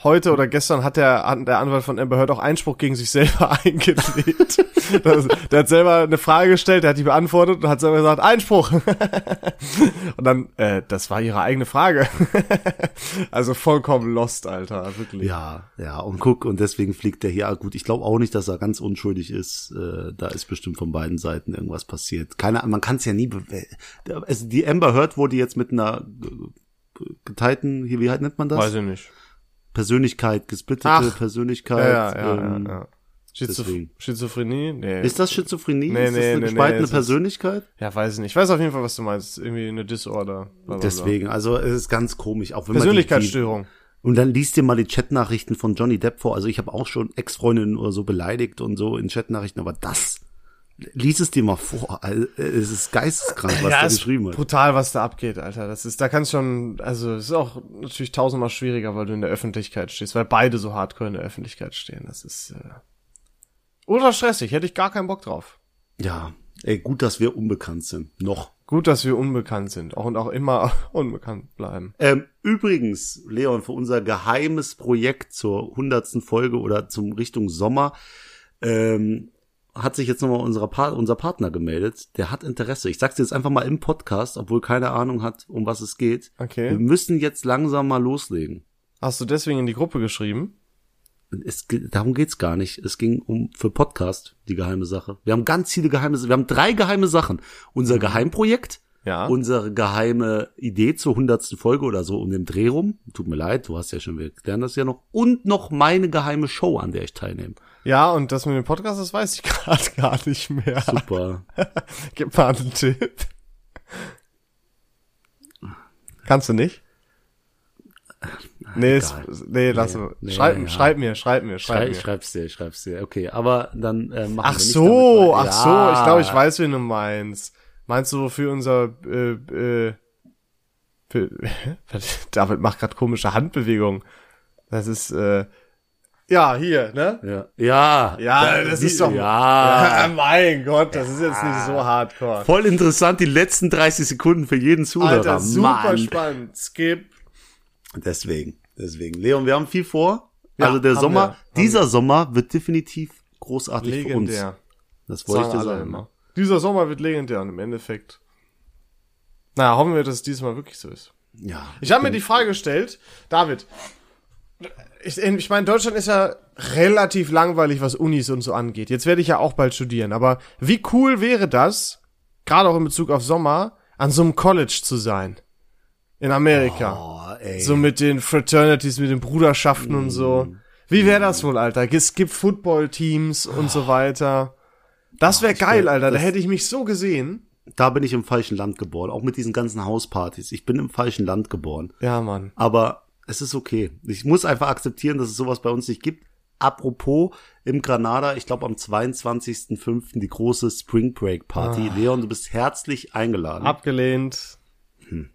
S2: Heute oder gestern hat der, hat der Anwalt von Amber Heard auch Einspruch gegen sich selber (laughs) eingelegt. das, der hat selber eine Frage gestellt, der hat die beantwortet und hat selber gesagt, Einspruch. (laughs) und dann, äh, das war ihre eigene Frage. (laughs) also vollkommen lost, Alter, wirklich.
S1: Ja, ja, und guck, und deswegen fliegt der hier. Ah, gut, ich glaube auch nicht, dass er ganz unschuldig ist. Äh, da ist bestimmt von beiden Seiten irgendwas passiert. Keine Ahnung, man kann es ja nie. be- äh, Also die Amber Heard wurde jetzt mit einer äh, geteilten, hier, wie halt nennt man das?
S2: Weiß ich nicht.
S1: Persönlichkeit, gesplittete
S2: Ach.
S1: Persönlichkeit.
S2: Ja, ja, ja,
S1: ähm,
S2: ja, ja. Schizo
S1: deswegen.
S2: Schizophrenie? Nee.
S1: Ist das Schizophrenie?
S2: Nee,
S1: ist das
S2: nee,
S1: eine
S2: nee, nee,
S1: gespaltene
S2: es ist-
S1: Persönlichkeit?
S2: ja, weiß ich nicht. Ich weiß auf jeden Fall, was du meinst. Irgendwie eine Disorder. Bla, bla, bla.
S1: Deswegen, also es ist ganz komisch. Auch wenn man die- die-
S2: Persönlichkeitsstörung.
S1: Und dann liest dir mal die Chatnachrichten von Johnny Depp vor. Also ich habe auch schon Ex-Freundinnen oder so beleidigt und so in Chatnachrichten, aber das lies es dir mal vor. Also, Es ist geisteskrank, was der
S2: ist
S1: geschrieben hat.
S2: brutal, was da abgeht, Alter. Das ist, da kannst schon, also es ist auch natürlich tausendmal schwieriger, weil du in der Öffentlichkeit stehst, weil beide so hardcore in der Öffentlichkeit stehen. Das ist äh, ultra stressig. Hätte ich gar keinen Bock drauf.
S1: Ja, ey, gut, dass wir unbekannt sind. Noch.
S2: Gut, dass wir unbekannt sind, auch und auch immer (laughs) unbekannt bleiben.
S1: Ähm, übrigens, Leon, für unser geheimes Projekt zur hundertsten Folge oder zum Richtung Sommer ähm, hat sich jetzt nochmal unser, pa unser Partner gemeldet. Der hat Interesse. Ich sag's dir jetzt einfach mal im Podcast, obwohl keine Ahnung hat, um was es geht.
S2: Okay.
S1: Wir müssen jetzt langsam mal loslegen.
S2: Hast du deswegen in die Gruppe geschrieben?
S1: Es, ge- darum geht's gar nicht. Es ging um für Podcast die geheime Sache. Wir haben ganz viele geheime. Wir haben drei geheime Sachen. Unser Geheimprojekt.
S2: Mhm. Ja.
S1: Unsere geheime Idee zur hundertsten Folge oder so um den Dreh rum. Tut mir leid, du hast ja schon, wir klären das ja noch. Und noch meine geheime Show, an der ich teilnehme.
S2: Ja, und das mit dem Podcast, das weiß ich (laughs) gerade gar nicht mehr.
S1: Super.
S2: Gib mal einen Tipp. Kannst du nicht? Nee, es,
S1: egal.
S2: nee, lass mal.
S1: nee,
S2: schreib,
S1: ja.
S2: schreib mir, schreib mir, schreib
S1: Schrei,
S2: mir.
S1: ich schreib's dir, ich schreib's dir. Okay, aber dann äh, machen
S2: ach
S1: wir nicht
S2: so, ach
S1: damit weiter.
S2: so, ich glaube, ich
S1: Ja.
S2: weiß, wen du meinst. Meinst du, wofür unser äh, äh, für, (laughs) David macht gerade komische Handbewegungen. Das ist äh, ja hier, ne?
S1: Ja, ja,
S2: Ja,
S1: Da-
S2: das
S1: die-
S2: ist doch.
S1: Ja.
S2: (laughs) mein Gott, das ist jetzt nicht so hardcore.
S1: Voll interessant, die letzten 30 Sekunden für jeden Zuhörer.
S2: Alter, super
S1: Mann.
S2: spannend. Skip.
S1: Deswegen, deswegen. Leon, wir haben viel vor.
S2: Ja,
S1: also der
S2: haben
S1: Sommer,
S2: wir, haben
S1: dieser Sommer wird definitiv großartig für uns.
S2: Legendär.
S1: Das wollte ich dir
S2: alle
S1: sagen. ne?
S2: Dieser Sommer wird legendär und im Endeffekt. Naja, hoffen wir, dass es diesmal wirklich so ist.
S1: Ja.
S2: Ich habe mir die Frage gestellt, David. Ich, ich meine, Deutschland ist ja relativ langweilig, was Unis und so angeht. Jetzt werde ich ja auch bald studieren, aber wie cool wäre das, gerade auch in Bezug auf Sommer, an so einem College zu sein? In Amerika.
S1: Oh, ey.
S2: So mit den Fraternities, mit den Bruderschaften und so. Wie wäre das wohl, Alter? Es gibt Football-Teams und so weiter. Das wäre geil, Alter. Da hätte ich mich so gesehen.
S1: da bin ich im falschen Land geboren. Auch mit diesen ganzen Hauspartys. Ich bin im falschen Land geboren.
S2: Ja, Mann.
S1: Aber es ist okay. Ich muss einfach akzeptieren, dass es sowas bei uns nicht gibt. Apropos, im Granada, ich glaube am 22.05. die große Spring Break Party.
S2: Ah.
S1: Leon, du bist herzlich eingeladen.
S2: Abgelehnt. Hm.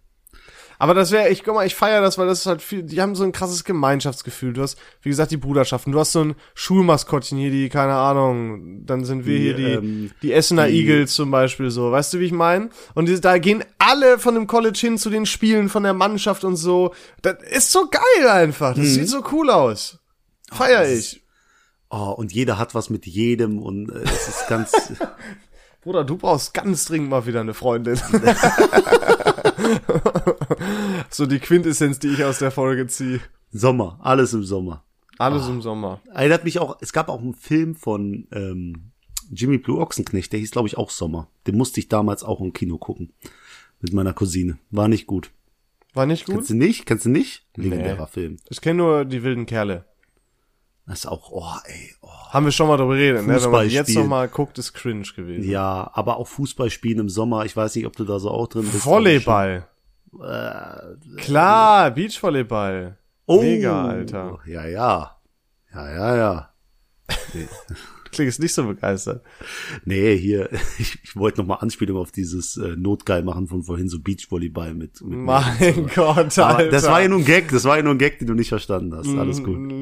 S2: Aber das wäre, ich guck mal, ich feier das, weil das ist halt viel, die haben so ein krasses Gemeinschaftsgefühl. Du hast, wie gesagt, die Bruderschaften. Du hast so ein Schulmaskottchen hier, die, keine Ahnung, dann sind wir hier die,
S1: ähm,
S2: die Essener Eagles zum Beispiel so. Weißt du, wie ich meine? Und die, da gehen alle von dem College hin zu den Spielen von der Mannschaft und so. Das ist so geil einfach. Das sieht so cool aus. Feier ich.
S1: Oh, und jeder hat was mit jedem und äh, es ist
S2: (laughs)
S1: ganz,
S2: Bruder, du brauchst ganz dringend mal wieder eine
S1: (laughs)
S2: Freundin. so die Quintessenz, die ich aus der Folge ziehe.
S1: Sommer, alles im Sommer.
S2: Alles
S1: Ah.
S2: im Sommer.
S1: Erinnert mich auch, es gab auch einen Film von ähm, Jimmy Blue Ochsenknecht, der hieß, glaube ich, auch Sommer. Den musste ich damals auch im Kino gucken. Mit meiner Cousine. War nicht gut.
S2: War nicht gut?
S1: Kennst du nicht? Kennst du nicht? Legendärer Film.
S2: Ich kenne nur die wilden Kerle.
S1: Das ist auch, oh ey, oh.
S2: Haben wir schon mal drüber geredet, ne? Wenn man die jetzt
S1: Fußballspiel.
S2: nochmal guckt, ist cringe gewesen.
S1: Ja, aber auch Fußballspielen im Sommer. Ich weiß nicht, ob du da so auch drin bist.
S2: Volleyball. Klar, Beachvolleyball.
S1: Oh,
S2: Mega, Alter.
S1: Ja, ja. Ja, ja, ja.
S2: Klingt ist nicht so begeistert.
S1: Nee, hier, (laughs) ich, ich wollte nochmal Anspielung auf dieses äh, Notgeil machen von vorhin, so Beachvolleyball mit, mit
S2: Mein Gott,
S1: Aber
S2: Alter.
S1: das war ja nur ein Gag, das war ja nur ein Gag, den du nicht verstanden hast. Alles gut.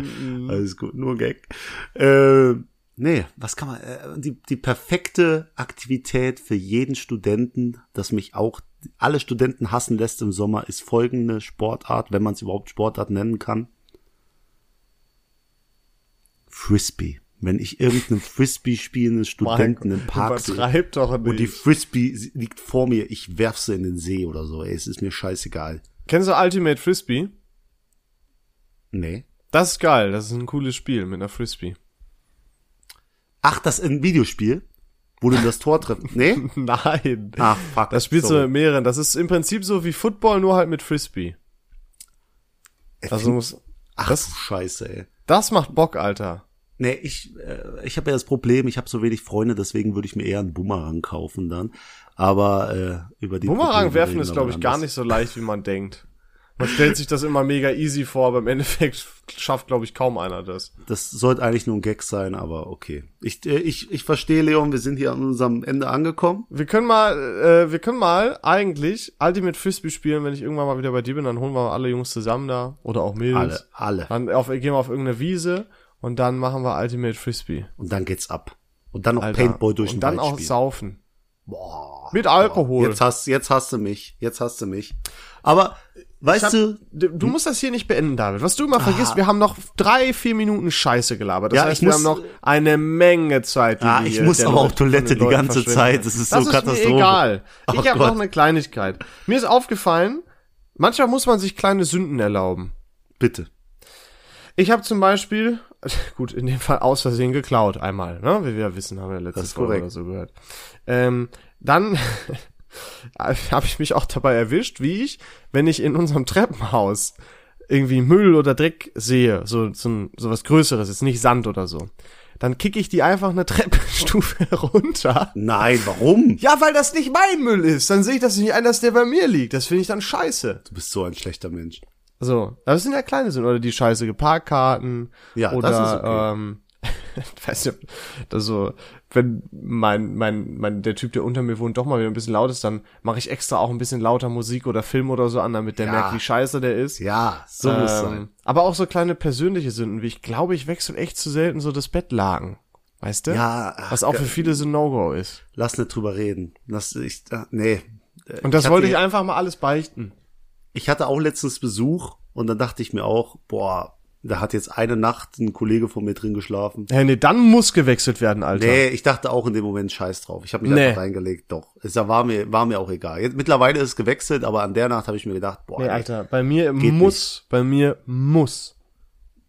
S1: Alles gut, nur ein Gag. Äh, nee, was kann man, äh, die, die perfekte Aktivität für jeden Studenten, das mich auch alle Studenten hassen lässt im Sommer, ist folgende Sportart, wenn man es überhaupt Sportart nennen kann. Frisbee. Wenn ich irgendeinen Frisbee spielenden Studenten im Park sehe
S2: Übertreib doch
S1: und die
S2: nicht.
S1: Frisbee sie- liegt vor mir, ich werf sie in den See oder so, ey, es ist mir scheißegal.
S2: Kennst du Ultimate Frisbee?
S1: Nee.
S2: Das ist geil. Das ist ein cooles Spiel mit einer Frisbee. (laughs)
S1: Ach, das ist ein Videospiel, wo du das Tor triffst.
S2: (laughs)
S1: Nee?
S2: Nein.
S1: Ach, fuck.
S2: Das spielst du
S1: sorry.
S2: mit mehreren. Das ist im Prinzip so wie Football, nur halt mit Frisbee. Also muss,
S1: Äh, Ach,
S2: das-
S1: du Scheiße, ey.
S2: das macht Bock, Alter.
S1: Nee, ich, äh, ich habe ja das Problem, ich habe so wenig Freunde, deswegen würde ich mir eher einen Boomerang kaufen dann. Aber äh, über die
S2: Bumerang
S1: Probleme
S2: werfen
S1: reden
S2: ist,
S1: wir
S2: glaube
S1: mal
S2: ich, gar
S1: anders.
S2: nicht so leicht, wie man denkt. Man stellt sich das immer mega easy vor, aber im Endeffekt (laughs) schafft, glaube ich, kaum einer das.
S1: Das sollte eigentlich nur ein Gag sein, aber okay. Ich, äh, ich, ich verstehe, Leon, wir sind hier an unserem Ende angekommen.
S2: Wir können mal, äh, wir können mal eigentlich Ultimate Frisbee spielen, wenn ich irgendwann mal wieder bei dir bin, dann holen wir alle Jungs zusammen da oder auch Mädels.
S1: Alle, alle.
S2: Dann auf, gehen wir auf irgendeine Wiese und dann machen wir Ultimate Frisbee.
S1: Und dann geht's ab. Und dann noch
S2: Alter.
S1: Paintball durch den
S2: und dann
S1: Wald
S2: auch
S1: spielen.
S2: saufen.
S1: Boah.
S2: Mit Alkohol.
S1: Jetzt hast, jetzt hast du mich. Jetzt hast du mich. Aber, weißt
S2: hab-
S1: du,
S2: Du du musst das hier nicht beenden, David. Was du immer vergisst, wir haben noch drei, vier Minuten Scheiße gelabert. Das
S1: Ja, ich
S2: heißt, wir
S1: muss-
S2: haben noch eine Menge Zeit. Die
S1: Ah,
S2: wir
S1: ich
S2: hier
S1: muss
S2: der
S1: aber
S2: Leute-
S1: auf Toilette
S2: von den
S1: die
S2: Leuten
S1: ganze
S2: verschwenden.
S1: Zeit. Das ist
S2: das
S1: so
S2: ist
S1: Katastrophe.
S2: Mir egal.
S1: Oh
S2: ich habe
S1: Gott.
S2: noch eine Kleinigkeit. Mir ist aufgefallen, manchmal muss man sich kleine Sünden erlauben.
S1: bitte.
S2: Ich habe zum Beispiel, (laughs) gut, in dem Fall aus Versehen geklaut einmal, ne? Wie wir wissen, haben wir letztes
S1: ist
S2: Mal
S1: korrekt.
S2: oder so gehört. Ähm, dann (laughs) habe ich mich auch dabei erwischt, wie ich, wenn ich in unserem Treppenhaus irgendwie Müll oder Dreck sehe, so, so, ein- so was Größeres, jetzt nicht Sand oder so, dann kicke ich die einfach eine Treppenstufe (laughs) runter.
S1: Nein, warum?
S2: Ja, weil das nicht mein Müll ist. Dann sehe ich das nicht ein, dass der bei mir liegt. Das finde ich dann scheiße.
S1: Du bist so ein schlechter Mensch.
S2: So, aber es sind ja kleine Sünden. Oder die scheiße Parkkarten.
S1: Ja, das
S2: oder,
S1: ist okay.
S2: Ähm, (laughs) ich weiß nicht, ob das so, wenn mein, mein, mein, der Typ, der unter mir wohnt, doch mal wieder ein bisschen laut ist, dann mache ich extra auch ein bisschen lauter Musik oder Film oder so an, damit der
S1: Ja.
S2: merkt, wie scheiße der ist.
S1: Ja, so muss es sein.
S2: Ähm, aber auch so kleine persönliche Sünden, wie ich glaube, ich wechsle echt zu selten so das Bettlaken. Weißt du?
S1: Ja, ach,
S2: Was auch für viele so ein No-Go ist.
S1: Lass nicht drüber reden. Lass, ich, ah, nee. Äh,
S2: Und das
S1: hatte
S2: wollte ich
S1: ja-
S2: einfach mal alles beichten.
S1: Ich hatte auch letztens Besuch und dann dachte ich mir auch, boah, da hat jetzt eine Nacht ein Kollege von mir drin geschlafen.
S2: Hey, nee, dann muss gewechselt werden, Alter.
S1: Nee, ich dachte auch in dem Moment scheiß drauf. Ich habe mich
S2: Nee.
S1: einfach reingelegt, doch. Es war mir, war mir auch egal. Jetzt, mittlerweile ist es gewechselt, aber an der Nacht habe ich mir gedacht, boah,
S2: Nee,
S1: ey,
S2: Alter, bei mir
S1: Geht
S2: muss, bei mir muss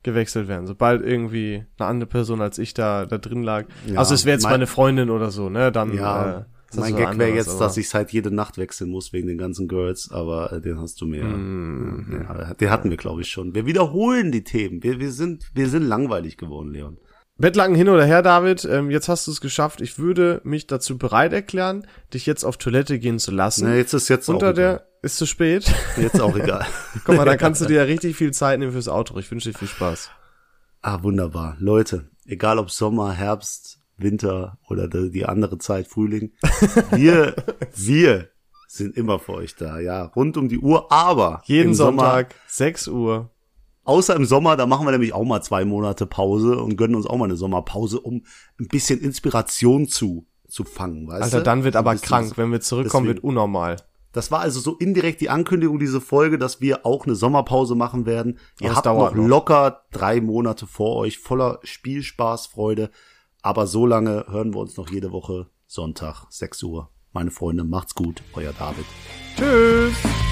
S2: gewechselt werden, sobald irgendwie eine andere Person als ich da, da drin lag.
S1: Ja,
S2: also es wäre jetzt
S1: mein-
S2: meine Freundin oder so, ne? Dann äh,
S1: ja,
S2: ist das
S1: mein
S2: was
S1: Gag wäre
S2: anderes,
S1: jetzt,
S2: aber-
S1: dass ich halt jede Nacht wechseln muss wegen den ganzen Girls, aber äh, den hast du mir.
S2: Mhm.
S1: Ja, den hatten wir, glaube ich, schon. Wir wiederholen die Themen. Wir, wir, sind, wir sind langweilig geworden, Leon.
S2: Bettlaken hin oder her, David, ähm, jetzt hast du es geschafft. Ich würde mich dazu bereit erklären, dich jetzt auf Toilette gehen zu lassen.
S1: Na, jetzt ist jetzt auch
S2: Unter
S1: egal.
S2: der ist zu spät. (laughs)
S1: Jetzt auch egal. (laughs)
S2: Guck mal, dann kannst du dir ja richtig viel Zeit nehmen fürs Outro. Ich wünsche dir viel Spaß.
S1: Ah, wunderbar. Leute, egal ob Sommer, Herbst, Winter oder die die andere Zeit, Frühling,
S2: (laughs)
S1: wir, wir sind immer für euch da, ja, rund um die Uhr, aber
S2: Jeden
S1: im
S2: Sonntag,
S1: Sommer,
S2: 6 Uhr.
S1: außer im Sommer, da machen wir nämlich auch mal zwei Monate Pause und gönnen uns auch mal eine Sommerpause, um ein bisschen Inspiration zu zu fangen, weißt
S2: Alter,
S1: du?
S2: dann wird
S1: Ein
S2: aber
S1: bisschen-
S2: krank. Wenn wir zurückkommen,
S1: deswegen-
S2: wird unnormal.
S1: Das war also so indirekt die Ankündigung diese Folge, dass wir auch eine Sommerpause machen werden. Ihr
S2: das
S1: habt noch
S2: dauert noch.
S1: locker drei Monate vor euch, voller Spielspaß, Freude. Aber so lange hören wir uns noch jede Woche Sonntag, 6 Uhr. Meine Freunde, macht's gut, euer David.
S2: Tschüss.